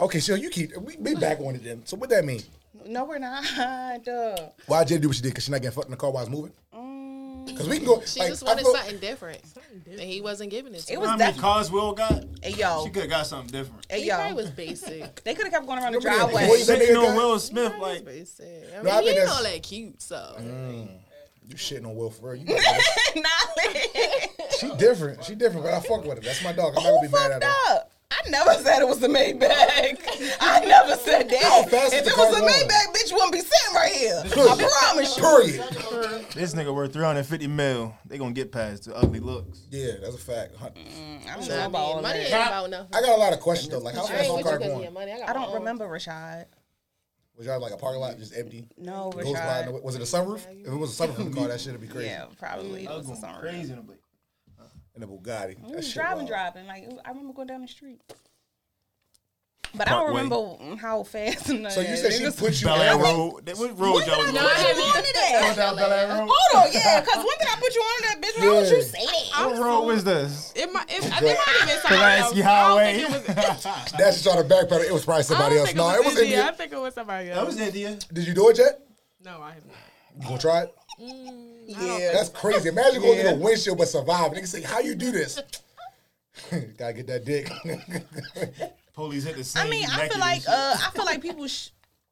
A: Okay, so you keep we, we back on it then. So what that mean?
B: No, we're not. Duh.
A: Why Jada do what she did? Cause she not getting fucked in the car while it's moving. Cause we can go.
E: She
A: like,
E: just
A: I
E: wanted
A: feel-
E: something different, and he wasn't giving it to
B: It
D: You know
E: her.
B: was
D: how many
B: definitely.
D: cars Will got?
B: Hey,
D: She
B: yo.
D: could have got something different.
B: Hey,
E: He probably
B: yo.
E: was basic.
B: They could have kept going around the
A: Nobody had
B: driveway.
A: boys- That
D: Sitting
A: nigga
D: on
A: got-
D: Will Smith, like,
E: basic. I mean,
A: No, I
E: he
A: think
E: ain't
A: that's-
E: all that cute, so
A: Mm. You shitting on Will for real. You got that.
B: Knowledge.
A: she different. She different, but I fuck with her. That's my dog. I'm not gonna
B: Who
A: be mad at
B: fucked
A: her.
B: up? I never said it was a Maybach. I never said
A: How
B: that.
A: fast is
B: if
A: the
B: it was
A: car
B: a
A: going?
B: Maybach, bitch, you wouldn't be sitting right here. I promise you.
A: Period.
D: this nigga worth 350 mil. They gonna get past the ugly looks.
A: Yeah, that's a fact. Hun-
B: I don't
E: I
B: know
E: mean,
B: about all
E: money ain't
B: that.
E: about nothing.
A: I got a lot of questions though. Like how
E: I
A: fast
E: ain't
A: my
E: with you
A: car
E: 'cause of your
A: going?
E: money. I, got
B: I
E: my
B: don't
E: own.
B: remember Rashad.
A: Was y'all like a parking lot just empty?
B: No,
A: Ghost riding
B: Rashad.
A: away- Was it a sunroof? If it was a sunroof in the car, that shit would be crazy.
B: Yeah, probably. It was a song.
D: Crazy in the blink.
A: And a Bugatti.
B: We
A: Mm, That
B: was
A: shit
B: driving,
A: wild.
B: driving. Like I remember going down the street. But I don't
D: Parkway.
B: remember how fast. and
A: So you
B: that.
A: said
B: It
A: she
B: was-
A: put you
D: Bel Air
A: in her-
D: Road. That- What road y'all was
B: No,
D: on?
B: I haven't done that. Hold on, yeah, because when did I put you on that bitch? Why would you say that?
D: What road was this?
H: It might. It, I think it might have been somebody else.
D: Pulaski
H: I
D: Highway.
H: don't think it was.
A: That's just on the backpedal. It was probably
H: I
A: somebody
H: don't
A: else.
H: think
A: No, it was
H: India. I
A: India.
H: think it was somebody
D: That
H: else.
D: was India.
A: Did you do it yet?
H: No, I have not.
A: You gonna try it?
B: Yeah.
A: That's crazy. Imagine going through the windshield but surviving. Nigga say, how you do this? Gotta get that dick.
D: Police hit the scene.
B: I mean, I
D: immaculate
B: feel like
D: shit.
B: uh, I feel like people. Sh-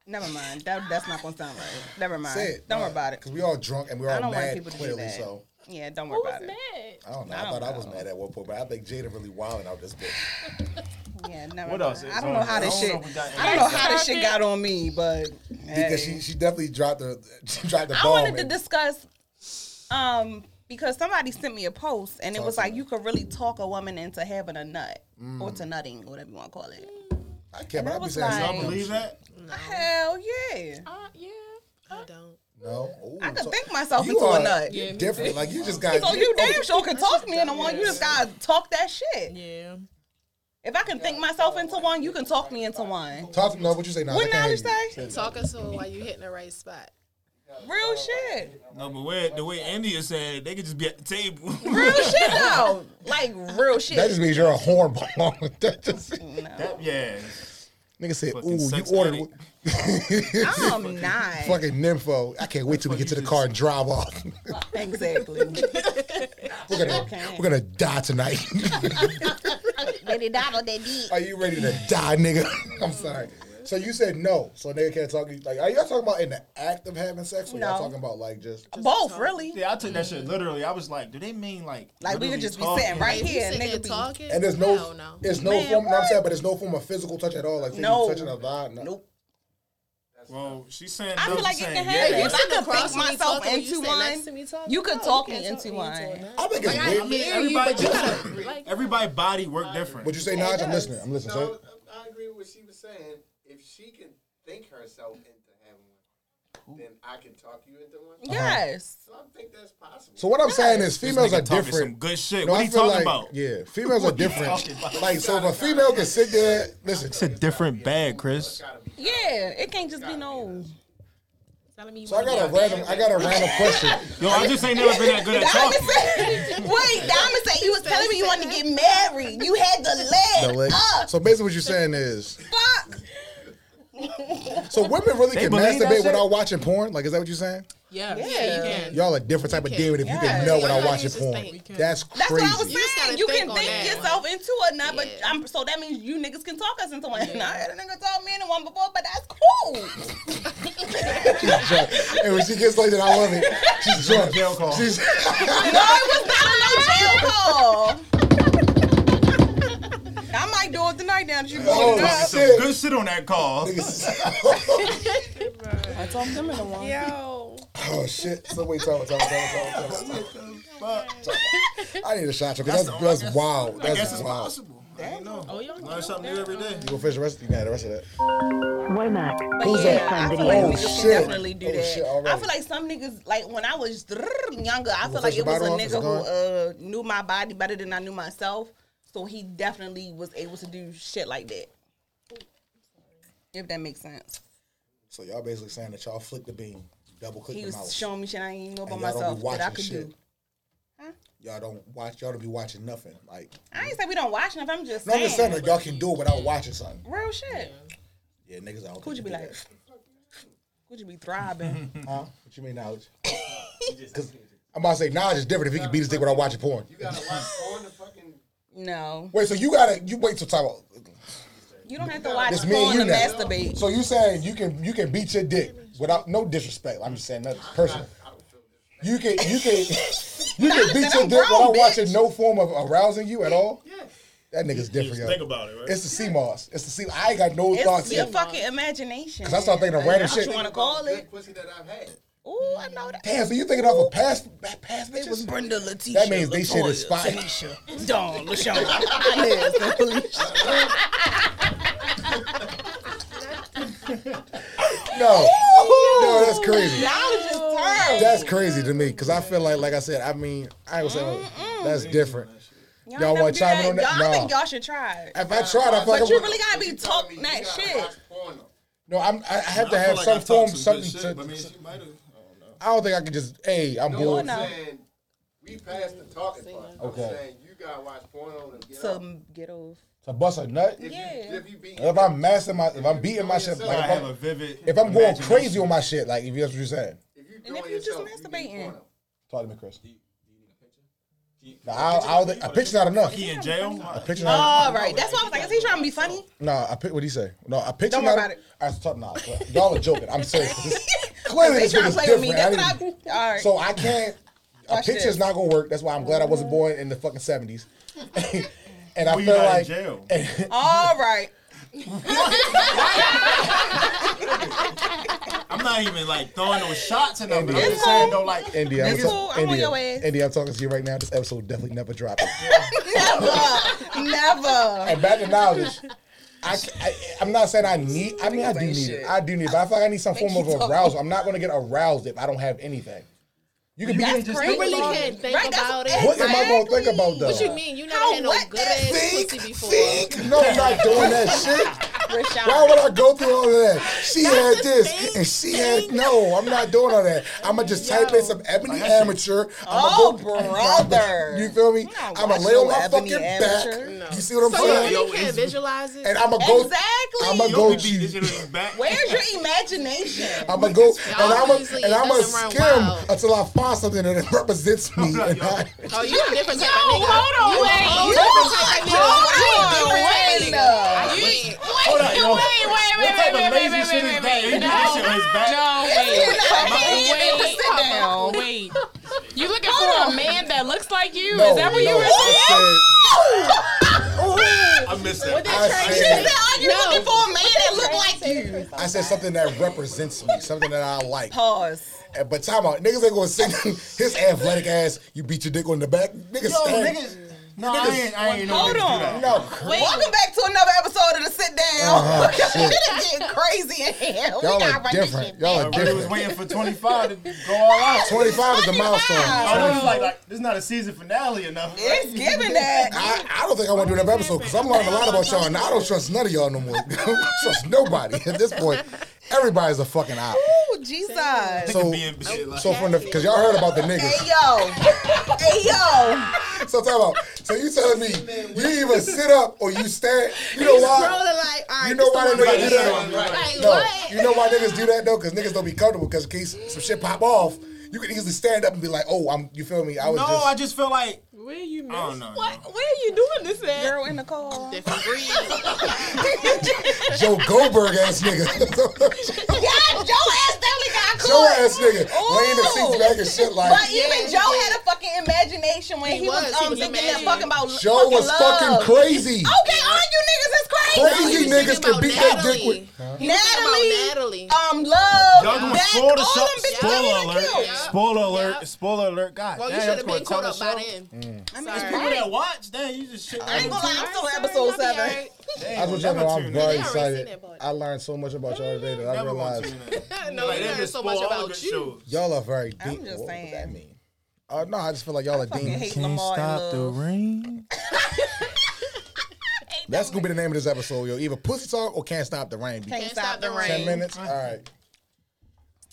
B: Never mind. That that's not gonna sound right. Never mind.
A: Say it.
B: Don't worry about it.
A: Cause we all drunk and we're
B: I
A: all
B: don't want
A: mad
B: people to do
A: clearly.
B: that.
A: So
B: Yeah, don't worry
H: Who
B: about
H: was
B: it.
H: mad?
A: I don't know. I,
B: I
A: thought
B: don't
A: I was
B: know.
A: mad at one point, but I think Jada really wilding out this bitch.
B: Yeah, never
D: What
B: mind.
D: else is
B: I don't
D: on
B: know how
D: there?
B: this
D: I don't
B: shit.
D: know if we got
B: I don't know how this shit got on me, but
A: Because
B: hey.
A: she, she definitely dropped the she dropped the
B: I
A: bomb.
B: wanted to
A: and-
B: discuss um because somebody sent me a post and it was
A: to Mm.
B: like you could really talk a woman into having a nut or to nutting, whatever you want to call it.
A: I can't.
B: and I
A: I'd be
B: was
A: saying
B: like-
A: something.
D: Y'all believe that?
B: Hell yeah.
H: Uh, yeah.
E: I don't.
A: No. Ooh,
B: I could
A: so-
B: think myself
A: you
B: into
A: are
B: a nut.
H: Yeah, me
A: different.
H: too.
A: Like you just got.
B: So you
E: Oh,
B: damn sure can talk me into one. You just gotta talk that shit.
H: Yeah.
B: If I can think myself into one, you can talk me into one.
A: Talk to no, what you say now.
B: What knowledge say?
E: Talk us all while you hitting the right spot.
B: Real shit.
D: No, but where, the way India said it, they could just be at the table.
B: Real shit though. Like real shit.
A: That just means you're a hornball. That just-
D: yeah.
A: Nigga said,
D: Fucking
A: "Ooh, you
D: sex
A: ordered
D: addict.
B: I'm not.
A: fucking nympho." I can't wait till we get to the car and drive off.
B: Exactly.
A: we're gonna we're gonna die tonight. Are you ready to die, nigga? I'm sorry. So you said no. So nigga can't talk. to you- Like, are y'all talking about in the act of having sex, or y'all
B: No.
A: talking about like just?
B: Both really.
D: Yeah, I took that shit literally. I was like, do they mean like
B: Like we
D: literally
B: could just be
D: talking?
B: sitting right
E: If you
B: here, and
E: sitting there
B: nigga be
E: talking,
A: And there's no,
E: hell no.
A: there's no
B: Man,
A: form. no, I'm
B: what?
A: saying, but there's no form of physical touch at all. Like no.
B: No.
A: touching a vibe. No.
B: Nope.
D: Well, she's saying.
B: I
D: no,
B: feel like
D: she's
B: it
D: saying
B: can
D: yeah.
B: happen. If I
E: sitting
B: could
E: across
B: think
E: from me
B: myself
E: talking, you
B: into
E: sitting next to me
B: one,
E: talking?
B: you
E: No,
B: could
E: you
B: talk
E: can't
B: me
E: talk
B: into
E: me into a
B: one.
E: nut.
A: I think it's
E: Like, I
A: weird.
E: hear you,
D: everybody
E: but you
D: just-
E: gotta, like,
D: Everybody body work different.
A: Would you say, Naj? I'm
E: does.
A: listening. I'm listening.
I: No,
A: sir.
I: I agree with what she was saying. If she can think herself into having one, then I can talk you into one.
B: Yes.
I: So I think that's possible.
A: So what I'm saying is,
D: This
A: females
D: nigga
A: are
D: talking Some
A: different.
D: good shit.
A: No,
D: what
A: I
D: are you
A: feel
D: talking
A: like,
D: about?
A: Yeah, females are different.
D: talking about?
A: Like, so if a female can sit there, listen,
D: It's a different bag, Chris.
A: Uh-huh.
B: Yeah. It can't just be no.
H: Telling me you
A: So I
H: wanna
A: got a
H: be out
A: random, I got a random question.
D: Yo, I just ain't never been that good at
B: Diamond
D: talking.
B: said, wait, Diamond said you was telling me you wanted to get married. You had the leg up.
A: So basically, what you're saying is,
B: Fuck.
A: so women really can
D: believe
A: masturbate
D: that shit?
A: without watching porn. Like, is that what you're saying?
H: Yeah.
E: Yeah,
H: Yeah, you
E: you
H: can.
A: Y'all a different type of dude if you can
B: Yes.
A: know without
E: Sometimes
A: watching
E: you just
A: porn.
E: think-
A: That's
B: That's
A: crazy.
B: what I was
E: You just
B: saying.
E: gotta
B: You
E: think
B: can
E: on
B: think
E: that
B: yourself into a nut, but
E: Yeah.
B: I'm so that means you niggas can talk us into one. And I had a nigga talk me into one before, but that's cool.
A: and when she gets like that, I love it. She's drunk.
D: Jail call.
A: She's
B: No, it was not a no jail call. I might do it tonight now that you
A: Oh,
B: brought it up.
A: shit.
D: Some good shit on that call.
A: niggas.
B: I talked them into one.
E: yo,
A: Oh shit! So wait, tell me, tell me, tell me, tell me, tell me, tell me.
D: But
A: I need a shot because that's that's, wild.
D: I
A: That's
D: guess it's
A: wild.
D: possible. I don't know.
H: Oh, y'all
D: Learn something new every day.
A: You gonna finish the rest? You got the rest of that.
K: Womack.
B: But
A: Who's
B: yeah,
A: that?
B: I feel like
A: Oh,
B: we can
A: shit.
B: definitely do
A: Oh,
B: that.
A: shit, already.
B: I feel like some niggas, like when I was younger, I feel
A: flush
B: like
A: the
B: it was a
A: bottle off, it's
B: nigga who uh, knew my body better than I knew myself. So he definitely was able to do shit like that. If that makes sense.
A: So y'all basically saying that y'all flick the beam, double click
B: He
A: the
B: was
A: mouse,
B: showing me shit I didn't even know
A: and y'all
B: about
A: don't be
B: myself that I
A: watching
B: could
A: shit.
B: do.
A: Y'all don't watch. Y'all don't be watching nothing. Like
B: I ain't say we don't watch enough. I'm just
A: no, I'm
B: saying.
A: just saying that y'all can do it without watching something.
B: Real shit.
A: Yeah, niggas out.
B: Could you be like, could you be thriving?
A: huh? What you mean knowledge? I'm about to say knowledge is different if he can beat his dick without watching porn.
I: You gotta watch porn to fucking.
B: no.
A: Wait, so you gotta you wait till time. out.
B: You don't have to watch
A: It's me and
B: porn
A: you
B: to
A: now.
B: masturbate.
A: So you saying you can you can beat your dick without no disrespect. I'm just saying that personal. You can you can you can beat your
B: I'm
A: dick
B: grown,
A: without
B: bitch.
A: watching no form of arousing you at all. That nigga's different, yo.
D: Think about it, right?
A: It's the sea moss. It's the sea. I ain't got no
B: It's
A: thoughts.
B: your
A: yet.
B: fucking imagination.
A: Cause I start thinking of random
B: That's what
A: shit.
B: you want to call
I: Good
B: it.
I: pussy that I've had.
B: Ooh, I know that.
A: Damn, so you thinking off of past past bitches?
B: Brenda Leticia.
A: that means they shit is spot.
B: Dawn, LaShawn. Inez, and Felicia.
A: No, no, that's crazy.
B: Knowledge is terrible.
A: That's crazy to me. Cause I feel like, like I said, I mean, I was saying that's different.
B: Y'all,
A: Y'all
B: never
A: want
B: do
A: to chime in on that?
B: Y'all, I
A: No.
B: think y'all should try it.
A: If I tried, I feel like I
B: But you
A: would-
B: really gotta be
I: You
B: talking
I: telling me you
B: that
I: gotta
B: shit.
I: Watch porn though.
A: No, I'm, I have to
D: I feel
A: have
D: like I
A: some
D: talked
A: form,
D: some
A: something.
D: good shit,
A: to,
D: but I mean, she might have.
A: I don't think I can just. Hey, I'm
I: No,
A: bored.
I: I'm
B: no.
I: saying we passed the talking part. I'm
A: Okay.
I: saying you gotta watch porno to get up.
B: Some get off.
A: To bust a nut.
I: If
B: Yeah.
I: you if you beat
A: If I'm massing my, if I'm beating my shit,
D: I
A: like if
D: have a
A: I'm,
D: vivid.
A: if I'm going
D: imagination.
A: crazy on my shit, like if that's what you're saying.
I: if you
B: And
I: doing
B: if you just
I: yourself, you getting
B: masturbating.
I: porno.
A: Talk to me, Chris. Nah, I'll, I'll, a picture not enough.
D: He in jail.
A: A picture not.
B: All right. That's why I was like, is he trying to be funny?
A: No, I pick. What do you say? No, I picture.
B: Don't worry
A: not-
B: about it.
A: I was talking. Nah, y'all are joking. I'm serious. This- Clearly,
B: They
A: this
B: trying
A: shit
B: to
A: is
B: play with me.
A: different. I
B: That's
A: didn't-
B: what I. All right.
A: So I can't. A
B: Watch
A: picture's
B: this.
A: not gonna work. That's why I'm glad I wasn't born in the fucking seventies. and I
D: Well, you're
A: feel
D: not in
A: like
D: jail.
B: All right.
D: I'm not even like throwing no shots in them. but I'm
A: India.
D: just saying, though, like
A: India, I'm
B: Niggas,
A: so-
B: I'm on
A: India,
B: your ass.
A: India, I'm talking to you right now. This episode definitely never dropping.
B: Never. Never.
A: and back to knowledge. I, am not saying I need. I mean, I do need it. I do need it, but I feel like I need some form of
B: you talk.
A: arousal. I'm not gonna get aroused if I don't have anything. You can be.
B: That's
A: What
B: crazy.
E: You really can't think
B: Right, that's-
E: about
B: What
E: it.
A: am I gonna think about though?
E: What you mean? You never
B: How
E: had no
B: wet
E: good
B: that
E: ass
A: Think,
E: pussy before.
A: think. No, I'm not doing that shit.
B: Rashad.
A: Why would I go through all of that? She had
E: the
A: this
E: same
A: and she had no. I'm not doing all that. I'ma just type in some ebony amateur. I'ma
B: Oh,
A: go,
B: brother.
A: You feel me?
B: not
A: I'ma
B: watching
A: lay on
B: no
A: my
B: ebony
A: fucking
B: amateur.
A: back. You see what I'm
E: So you
A: saying?
E: really can't visualize it.
A: and I'ma go.
B: Exactly.
A: I'ma
D: you
A: go.
D: only beat this shit on his back.
B: Where's your imagination?
A: I'ma go. And I'ma
E: obviously
A: and I'ma
E: nothing wrong
A: skim
E: wild.
A: until I find something that represents me. And I,
E: oh, you a different type of nigga.
H: Hold on,
B: Oh,
E: You
H: wait.
E: a different type of
B: Hold on,
E: nigga. You a
B: wait.
E: different type of nigga.
B: No.
H: Wait,
D: Hold on, yo.
H: wait, wait,
D: What type of
H: wait, wait,
D: lazy
H: wait,
D: shit is that?
H: wait, wait,
D: You
H: wait.
D: beat this shit on his back.
H: No, wait.
B: Wait,
H: Wait,
B: sit
H: hold on,
B: down.
H: wait. You looking for a man that looks like you?
A: no,
H: Is that what you
A: no,
H: were saying?
A: I
D: I missed
A: said,
D: that.
A: I
B: She
A: said-
B: said, are you looking for a man that look like you?
A: I said something that represents me, something that I like.
B: Pause.
A: And- But time out, niggas ain't gonna send his athletic ass. You beat your dick on the back, niggas.
D: Yo,
A: stand-
D: niggas. No, I ain't. I ain't know
B: Hold
D: niggas do
B: on.
D: that.
A: No,
B: Welcome back to another episode of the Sit Down.
A: Uh-huh, shit.
B: it's getting crazy in here. We
A: y'all
B: gotta
A: are
B: run this shit
A: different. Y'all are
B: back.
D: Everybody was
A: different.
D: waiting for 25 to go all out.
A: 25 is the milestone.
D: Oh,
A: I,
D: no, you like, like, this is not a season finale enough.
B: It's giving that.
A: I don't think I want to do another episode because I'm learning a lot about y'all, and I don't trust none of y'all no more. I don't trust nobody at this point. Everybody's a fucking op.
B: Ooh, Jesus. Hey,
A: So,
D: Being shit like-
A: so from the because y'all heard about the niggas.
B: yo. Hey, yo.
A: So time out. So you telling me you even sit up or you stand? You know why?
E: Rolling like, all right,
A: You know why
E: this
A: they
E: the one
A: niggas do
E: right
A: that?
E: here. Like,
A: No,
E: what?
A: you know why niggas do that though? Because niggas don't be comfortable. Because in case some shit pop off, you can easily stand up and be like, "Oh, I'm." You feel me? I was
D: No,
A: just.
D: I just feel like
H: Where you miss?
D: I don't know.
H: What? Where you doing this at?
B: Girl in the car.
E: Different breed.
A: Joe Goldberg ass nigga.
B: Yeah, Joe ass definitely got caught.
A: Joe ass nigga. Laying the
B: Ooh.
A: seats back and shit like.
B: But even Joe had a fucking imagination when he,
E: He
B: was,
E: was,
B: um,
E: he was
B: thinking that
E: imagining.
B: fucking about
A: Joe was
B: love.
A: fucking crazy.
B: Okay, all you niggas is
A: Both of
E: no,
A: you
E: he's
A: niggas
E: thinking
A: can beat
E: about
A: that dick
E: Natalie.
A: with.
E: He was thinking about Natalie.
B: Um, love.
D: Y'all doing
B: Beck,
D: spoiler
B: all
D: shot-
B: them bitches
D: Spoiler
B: I didn't
D: alert.
B: kill.
D: Spoiler
E: Yeah.
D: alert. Spoiler alert. God
E: Well, you
D: damn,
E: should
D: that's
E: have
D: gonna
E: been
D: tell
E: caught
D: the
E: up by
D: show.
E: then.
B: I mean,
D: There's people that watch. Damn, you just shit.
B: I ain't gonna lie, I'm still
E: Sorry,
B: episode
E: I'll be all
B: seven.
E: right.
A: I just y'all know I'm very
E: They already seen
A: excited.
E: that part.
A: I learned so much about y'all today that I
D: Never gonna
A: realized
D: tune in.
E: No,
D: Like,
E: we
D: they
E: learned
D: just
E: so much
D: spoil all the
E: about
D: good
E: you.
D: shows.
A: y'all are very deep.
B: I'm
A: what does
B: just
A: that
B: saying.
A: mean? Uh, no, I just feel like y'all are demons.
B: hate Lamar and Love.
D: rain.
A: That's gonna be the name of this episode, yo. Either pussy talk or can't stop the rain.
B: Can't stop the rain.
A: Ten minutes. All right.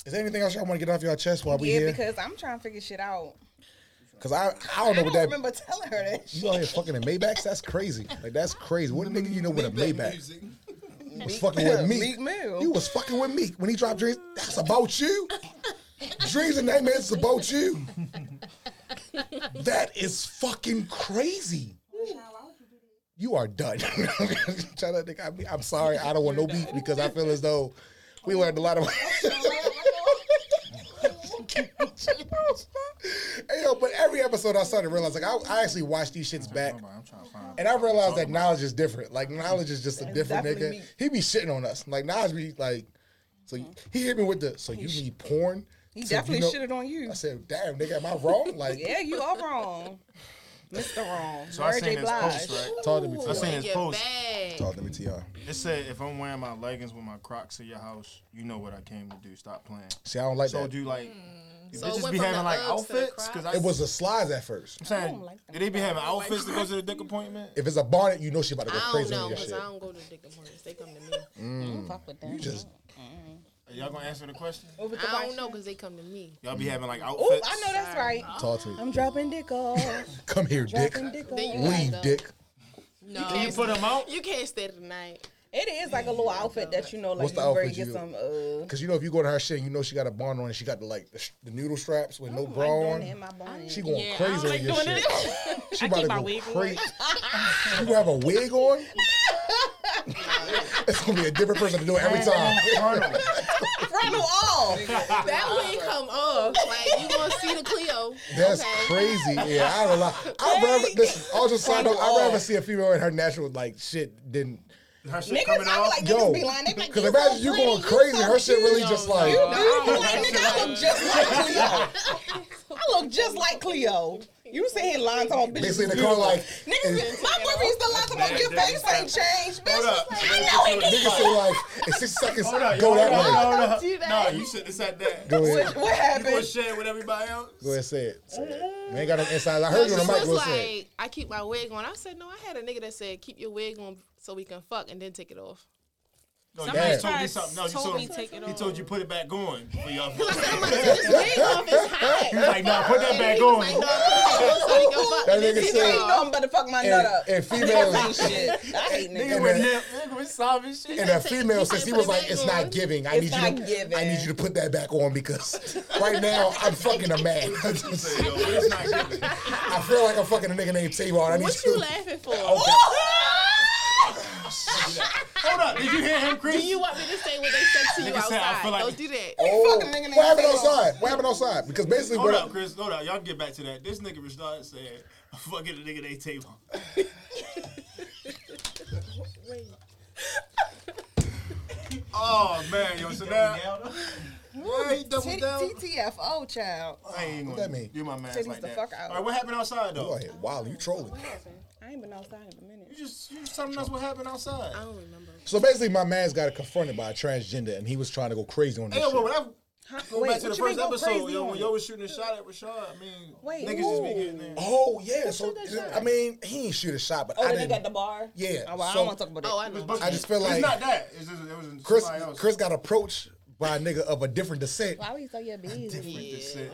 A: Is there anything else y'all want to get off y'all chest while we
B: Yeah,
A: here?
B: because I'm trying to figure shit out.
A: Because I, I don't know what
B: I don't
A: that.
B: remember telling her that. shit.
A: You out here fucking in Maybachs? That's crazy. Like that's crazy. What a nigga you know with a Maybach? You was fucking with Meek.
B: Meek Mill.
A: You was fucking with Meek when he dropped Dreams. That's about you. Dreams and Nightmares is about you. That is fucking crazy. You are done. Shout out, nigga. I mean, I'm sorry. I don't want no beef because I feel as though we learned a lot of. hey, yo, but every episode I started to realize, like, I, I actually watched these shits back.
G: I'm trying to find.
A: And I realized that knowledge is different. Like knowledge is just a different nigga.
B: definitely me. Mm-hmm.
A: He be shitting on us. Like knowledge be like, so he hit me with the so you need porn.
B: He
A: So
B: definitely
A: you know-
B: shitted on you.
A: I said, damn nigga, am I wrong? Like
B: Yeah, you are wrong. Mr. Wrong.
D: So I
B: Mary J.
D: seen his
B: Blige.
D: post, right?
A: talk to me,
D: I
A: Tr.
D: seen his
E: Get
D: post.
E: back.
A: Talk to me, Tr.
D: It said, if I'm wearing my leggings with my Crocs in your house, you know what I came to do. Stop playing.
A: See, I don't like
D: So
A: that.
D: do you like? Do
E: So it
D: bitches
E: went
D: be
E: from
D: having
E: the
D: like
E: Uggs to the
D: outfits? Because I
A: It was a slides at first.
D: I'm saying,
B: like them
D: do they be having outfits to go to the dick appointment?
A: If it's a bonnet, you know she about to go
E: I don't
A: crazy on
E: know
A: your
E: because
A: shit.
E: I don't go to dick appointments. They come to me.
D: Mm.
B: Fuck with them.
A: You just
D: Are y'all gonna answer the question?
E: I don't know because they come to me.
D: Y'all be having like
B: Oh,
D: outfits.
B: I know that's right.
A: talk to me.
B: I'm dropping dick off.
A: Come here, dick.
B: dropping dick off.
E: Then you
A: Leave,
E: gotta go.
A: dick.
D: Can
E: Oh,
D: you put them out?
E: You can't stay tonight.
B: It is like a little outfit that you know, like
A: What's the
B: you very
A: outfit
B: get
A: you-
B: some. Uh,
A: Cause you know if you go to her shit, and you know she got a bonnet on and she got the like the, sh- the noodle straps with no bra
B: like doing it in
A: on.
B: my bonnet.
A: She going
H: Yeah, I
A: crazy
H: don't like
A: on your
H: doing
A: shit. She
H: I
A: about
H: keep
A: to
H: my
A: go
H: wig on.
A: crazy. you gonna have a wig on? it's gonna be a different person to do it every time.
B: From them all.
E: That wig come off. Like you gonna see the Cleo.
A: That's
E: okay.
A: crazy. Yeah, I don't know. I'd rather listen, I'll just side note, I'd rather see a female in her natural like shit than
D: Her shit
B: Niggas,
D: coming
B: I was
D: off.
B: like,
A: yo.
B: niggas be lying. They be like,
A: Cause imagine you going crazy, her shit really just like
B: You be like, nigga, I look just like Cleo. I look just like Cleo. You sit here lying to my bitch.
A: basically in the car like
B: Niggas,
A: and
B: my mother used to lie to my your face ain't changed, bitch.
D: Hold up.
B: I know it
A: niggas
B: didn't.
A: say like in six seconds,
D: Hold up,
A: go
D: yo,
A: that
D: hold up,
A: way.
D: hold up.
E: do that.
D: No, you should have said that.
A: Go ahead.
D: You
B: What
D: gonna
B: happened?
D: share it with everybody else?
A: Go ahead, say it. Say it. We ain't got no insides. I heard you
E: she
A: on the mic.
E: was
A: Go say it.
E: like, I keep my wig on. I said, no, I had a nigga that said, keep your wig on so we can fuck and then take it off.
D: No, you
A: Somebody
D: just told me
H: tried-
D: something. No, you
H: told
D: told
H: me take it
D: He
H: off.
D: told you put it back on. For y'all. He was
E: This wig off is hot.
D: like, nah, put that back
E: He was like,
D: on.
E: no, I'm so we can fuck
A: That
E: and
A: nigga
E: then take
A: said-
E: it
B: I ain't know
E: off.
B: I'm about to fuck my
A: And,
B: nut up.
A: and
B: Crazy
A: females
B: shit. I hate
D: Nigga
B: niggas.
D: with nip. Nigga with sobbing shit.
A: And a female, since he was like, "It's
E: back
A: not
E: on.
A: giving. I
B: It's
A: need
B: not
A: you. To,
B: giving.
A: I need you to put that back on because right now I'm fucking a man.
D: Say, yo, it's not giving.
A: I feel like I'm fucking a nigga named Tavon. I need
E: What
A: you.
E: you laughing for?
D: Hold up. Did you hear him, Chris?
E: Do you want me to say what they said to you
D: Nigga said, I
E: outside?
D: feel like-
E: Don't do that.
A: Oh,
B: fucking nigga named
A: what happened
B: Tavon.
A: outside? What happened outside? Because basically,
D: Hold
A: what
D: up, Chris. Hold up. Y'all can get back to that. This nigga Rashad said, I'm fucking a nigga they tape on. Oh, man. Yo, so now. Yeah, he doubled down.
B: TTF, oh child.
D: I ain't gonna
A: that mean?
D: do my math
B: Titties
D: like
B: the
D: that.
B: fuck out.
D: All right, what happened outside,
A: go
D: though?
A: ahead. Wow, you trolling.
B: I ain't been outside in a minute.
D: You just, you just telling us what happened outside.
E: I don't remember.
A: So basically, my man's got confronted by a transgender, and he was trying to go crazy on this
D: Hey, yo,
A: shit.
D: bro, when I go
B: Wait,
D: back to the
B: what you mean
D: first
B: go
D: episode,
B: crazy
D: yo,
B: on
D: when
B: it?
D: yo was shooting a shot at Rashad, I mean,
B: Wait,
D: niggas just be
B: who?
D: getting there.
A: Oh yeah. So I mean, he ain't shoot a shot, but
B: Oh,
A: I
B: the nigga at
A: didn't.
B: the bar?
A: Yeah,
B: Oh, well, I
A: so-
B: don't want to talk about that.
E: Oh, I know.
A: I just feel
D: it's
A: like
D: not that. It's just, it was
A: Chris.
D: somebody else.
A: Chris got approached by a nigga of a different descent.
B: Why would you throw your
D: With
B: bees?
D: this shit.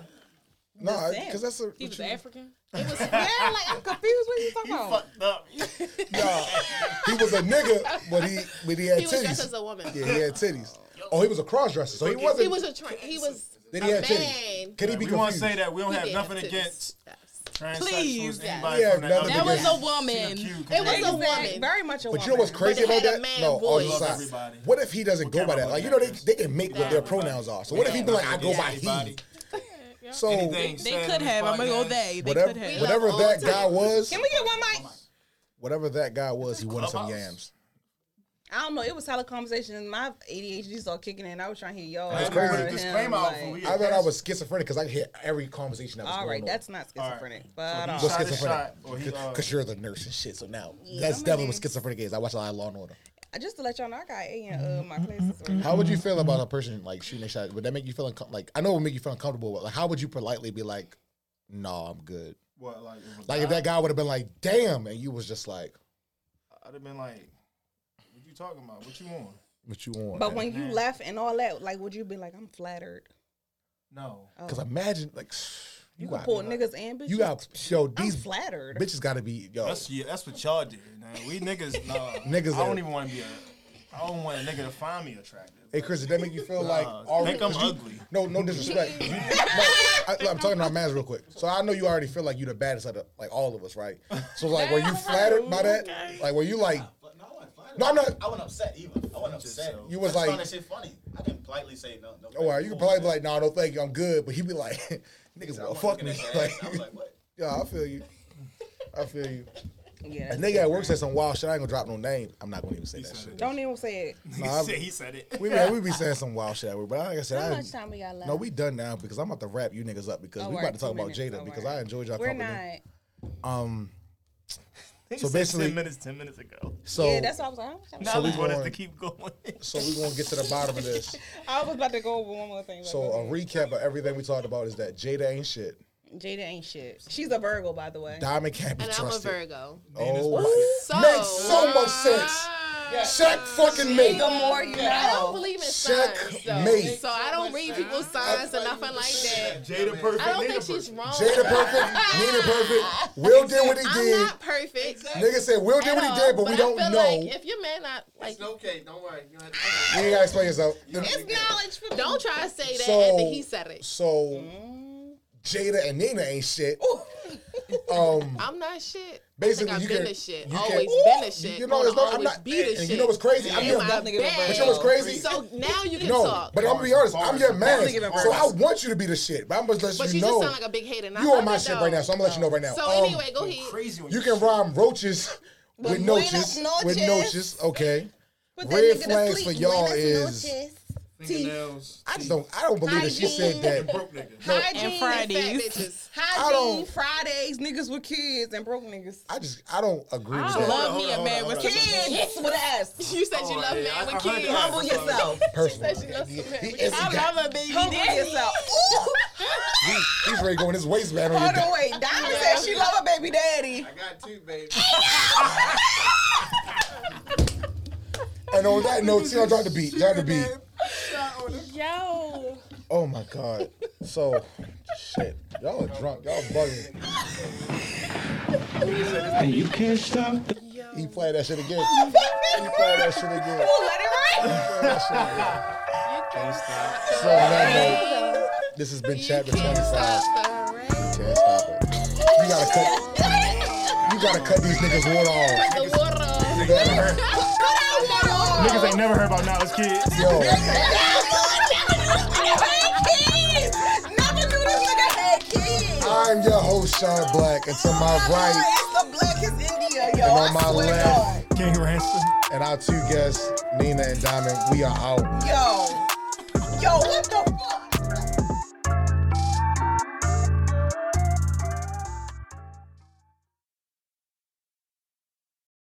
A: No, because that's a.
H: He was African.
B: Yeah, like I'm confused. What you talking
D: He
B: about?
D: fucked up.
A: Nah, he was a nigga, but he but he had
E: He was dressed as
A: titties.
E: a woman.
A: Yeah, he had titties. Oh, he was a cross dresser, so he wasn't.
E: He was a tra- he was
A: then
E: a
A: he had
E: man.
A: titties. Could he be
D: We want
A: confused?
D: to say that we don't
E: He
D: have
E: did
D: nothing
E: have titties.
D: against transsexuals.
H: Please,
D: anybody
A: yeah.
D: from
A: Yeah, nothing
H: That
A: against-
H: was
A: Yeah.
H: a woman.
E: It was a
B: Exact-
E: woman.
B: Very much a woman.
A: But you know what's crazy
E: But they
A: about
E: had
A: that?
E: a man
A: No, all
E: voice.
A: jokes
E: Love
A: aside,
D: everybody.
A: What if he doesn't
D: We
A: go by
D: can't
A: that? Like you know,
D: love
A: they
D: everybody.
A: they can make what their
D: everybody.
A: pronouns are. So what if he be like, I go by he?
D: Everybody.
A: So
D: Anything.
H: They
D: Said
H: could
D: on this
H: have. I'm gonna go
D: podcast.
H: they. They
A: whatever
H: could have.
A: whatever
E: all
A: that
E: types.
A: guy was,
B: Can we get one mic?
A: whatever that guy was, he wanted some
D: Clubhouse.
A: yams.
B: I don't know. It was solid conversation. My ADHD started kicking in. I was trying to hear y'all.
A: That's
B: I
A: crazy.
B: heard him,
D: Disclaimer out for
B: like,
D: we-
A: I thought I was schizophrenic because I could hear every conversation that was
B: All
A: going
B: right,
A: on.
B: that's not schizophrenic, but uh,
A: Well,
D: So
B: I don't.
D: Shot is
A: schizophrenic.
D: shot, or he, uh,
A: Because you're the nurse and shit, so now
B: Yeah,
A: that's
B: I'm a
A: definitely what
B: nurse.
A: schizophrenic is. I watch a lot of Law and Order.
B: Just to let y'all know, I got A in uh, my classes. right now.
A: How would you feel about a person like shooting a shot? Would that make you feel uncom- like I know it would make you feel uncomfortable, but like how would you politely be like, "No, I'm good."
G: What like? it was-
A: Like if that guy would have been like, "Damn," and you was just like,
G: I'd have been like, "What you talking about? What you want?"
A: "What you want?"
B: But when you left and all that, like, would you be like, I'm flattered?
G: No.
A: because imagine like you got
B: Pull niggas and bitches.
A: you got yo
B: I'm
A: these
B: flattered.
A: bitches got to be yo.
D: That's yeah, that's what y'all did, man. We niggas, no,
A: Niggas
D: I
A: are-
D: don't even want to be a. I don't want a nigga to find me attractive.
A: Hey Chris, did that make you feel like all
D: think I'm
A: 'cause you-
D: ugly.
A: No, no disrespect. You- no, I, am talking about man's real quick. So I know you already feel like you the baddest out of like all of us, right? So like, were you flattered by that? Like, were you like,
L: But no, I wasn't flattered.
A: No, I'm not-
L: I wasn't upset either. I wasn't upset.
A: You was
L: I just
A: like-
L: found that shit funny. I didn't politely say no. no
A: oh, well, you could probably be like, no, no, thank you, I'm good. But he'd be like, niggas, well, fuck me. Like,
L: I was like, what?
A: yeah, I feel you. I feel you.
B: yeah.
A: A nigga at work said some wild shit. I ain't gonna drop no name. I'm not gonna even say that shit.
B: Don't even say it.
A: Nah,
D: Shit,
A: I-
D: he said it.
A: we, man, we be saying some wild shit at work, but like I said,
B: How
A: I,
B: much time we got left?
A: no, we done now because I'm about to wrap you niggas up because
B: Oh,
A: we
B: word,
A: about to talk
B: two
A: about
B: minutes,
A: Jada
B: oh,
A: because
B: word.
A: I enjoyed y'all
B: We're
A: company.
B: not.
A: Um,
D: He
A: So
D: said
A: basically-
D: ten minutes, ten minutes ago.
A: so
B: yeah, that's why I was like, how much time we
D: Now
A: So
D: so
A: we
D: want us
A: going-
D: to keep going.
A: So we're gonna get to the bottom of this.
B: I was about to go over one more thing. but
A: So
B: go
A: a
B: ahead.
A: recap of everything we talked about is that Jada ain't shit.
B: Jada ain't shit. She's a Virgo, by the way.
A: Diamond can't be
E: And I'm a
A: trusted.
E: Virgo.
A: Oh,
E: So
A: makes so much sense. Check fucking mate.
B: The more you
E: I don't
B: know.
E: believe in signs. So,
A: Checkmate.
E: so I don't read people's signs or nothing like that.
D: Jada perfect.
E: I don't think she's wrong.
A: Jada perfect, Nina perfect. Will did what he
E: I'm
A: did.
E: not perfect.
A: Nigga said Will did
E: at
A: what he
E: all,
A: did, but, we don't
E: I feel
A: know.
E: Like if your man not like,
I: It's okay. Don't worry. You don't have
A: you gotta explain yourself.
B: It's knowledge for me.
E: don't try to say that
A: So-
E: after he said it.
A: So Jada and Nina ain't shit. Um,
E: I'm not shit.
A: Basically,
E: I think
A: you
E: I've been
A: can-
E: the shit.
A: you can-
E: always
A: Ooh.
E: been the shit.
A: you know, it's
E: Gonna
A: not, I'm
E: always
A: not.
E: be the
A: And
E: shit.
A: you know what's crazy? I'm
E: Am
A: your,
E: I
A: but
B: nigga
E: bad?
A: you know what's crazy?
E: So now you can
A: No,
E: talk.
A: but I'm gonna be honest. I'm your man,
B: Bars, bars.
A: so I want you to be the shit. But I'm gonna let
E: but
A: you
E: you
A: know
E: just sound like a big hater. and I
A: you on
E: love
A: my
E: it,
A: shit
E: though.
A: right now. So I'm gonna let you know right now.
E: So
A: Um,
E: anyway, go ahead.
D: crazy. When
A: You can rhyme roaches with
B: buenas
A: noches. With
B: noches.
A: noches, okay.
B: Put that
A: Red
B: nigga to
A: flags
B: sleep.
A: for y'all
B: Buenas
A: is
B: noches.
D: fingernails.
A: I just don't I don't believe that she said
D: and
A: that.
D: broke nigga.
B: Hygiene
H: And Fridays.
E: Fat bitches.
B: Hygiene
A: don't-
B: Fridays, niggas with kids and broke niggas.
A: I just I don't agree with
H: I
A: that
H: love me a
D: Hold on,
H: man
D: hold on, hold
H: with
D: on.
H: kids.
B: Kids with ass.
E: You said you
D: Oh,
E: love
D: yeah, I-
E: man
D: I
E: with
D: heard
E: kids.
D: that.
B: Humble yourself.
A: personally.
E: She loves
A: He-
E: some
A: he-
E: man.
A: he- he got-
H: a baby
B: Humble yourself. Ooh,
A: he's ready to go in his waistband on your
B: hold on,
A: dick.
B: wait. Diamond said she love her baby daddy.
I: I got two, baby.
A: And on that note, see, I dropped the beat. Drop the beat.
C: Yo.
A: Oh my god. So shit. Y'all are drunk. Y'all bugging.
J: And you can't stop the
A: He played that shit again. He played that shit again.
B: Ooh, let it rain.
A: So on that note, this has been chapter twenty five. Can't stop it. You gotta cut. You gotta cut these niggas water off.
E: The water.
A: You gotta-
D: Niggas ain't never heard about knowledge kids.
A: Yo, I'm your host, Sean Black, and to my right and on my left,
D: King Ransom.
A: and our two guests, Nina and Diamond, we are out.
B: Yo, yo, what the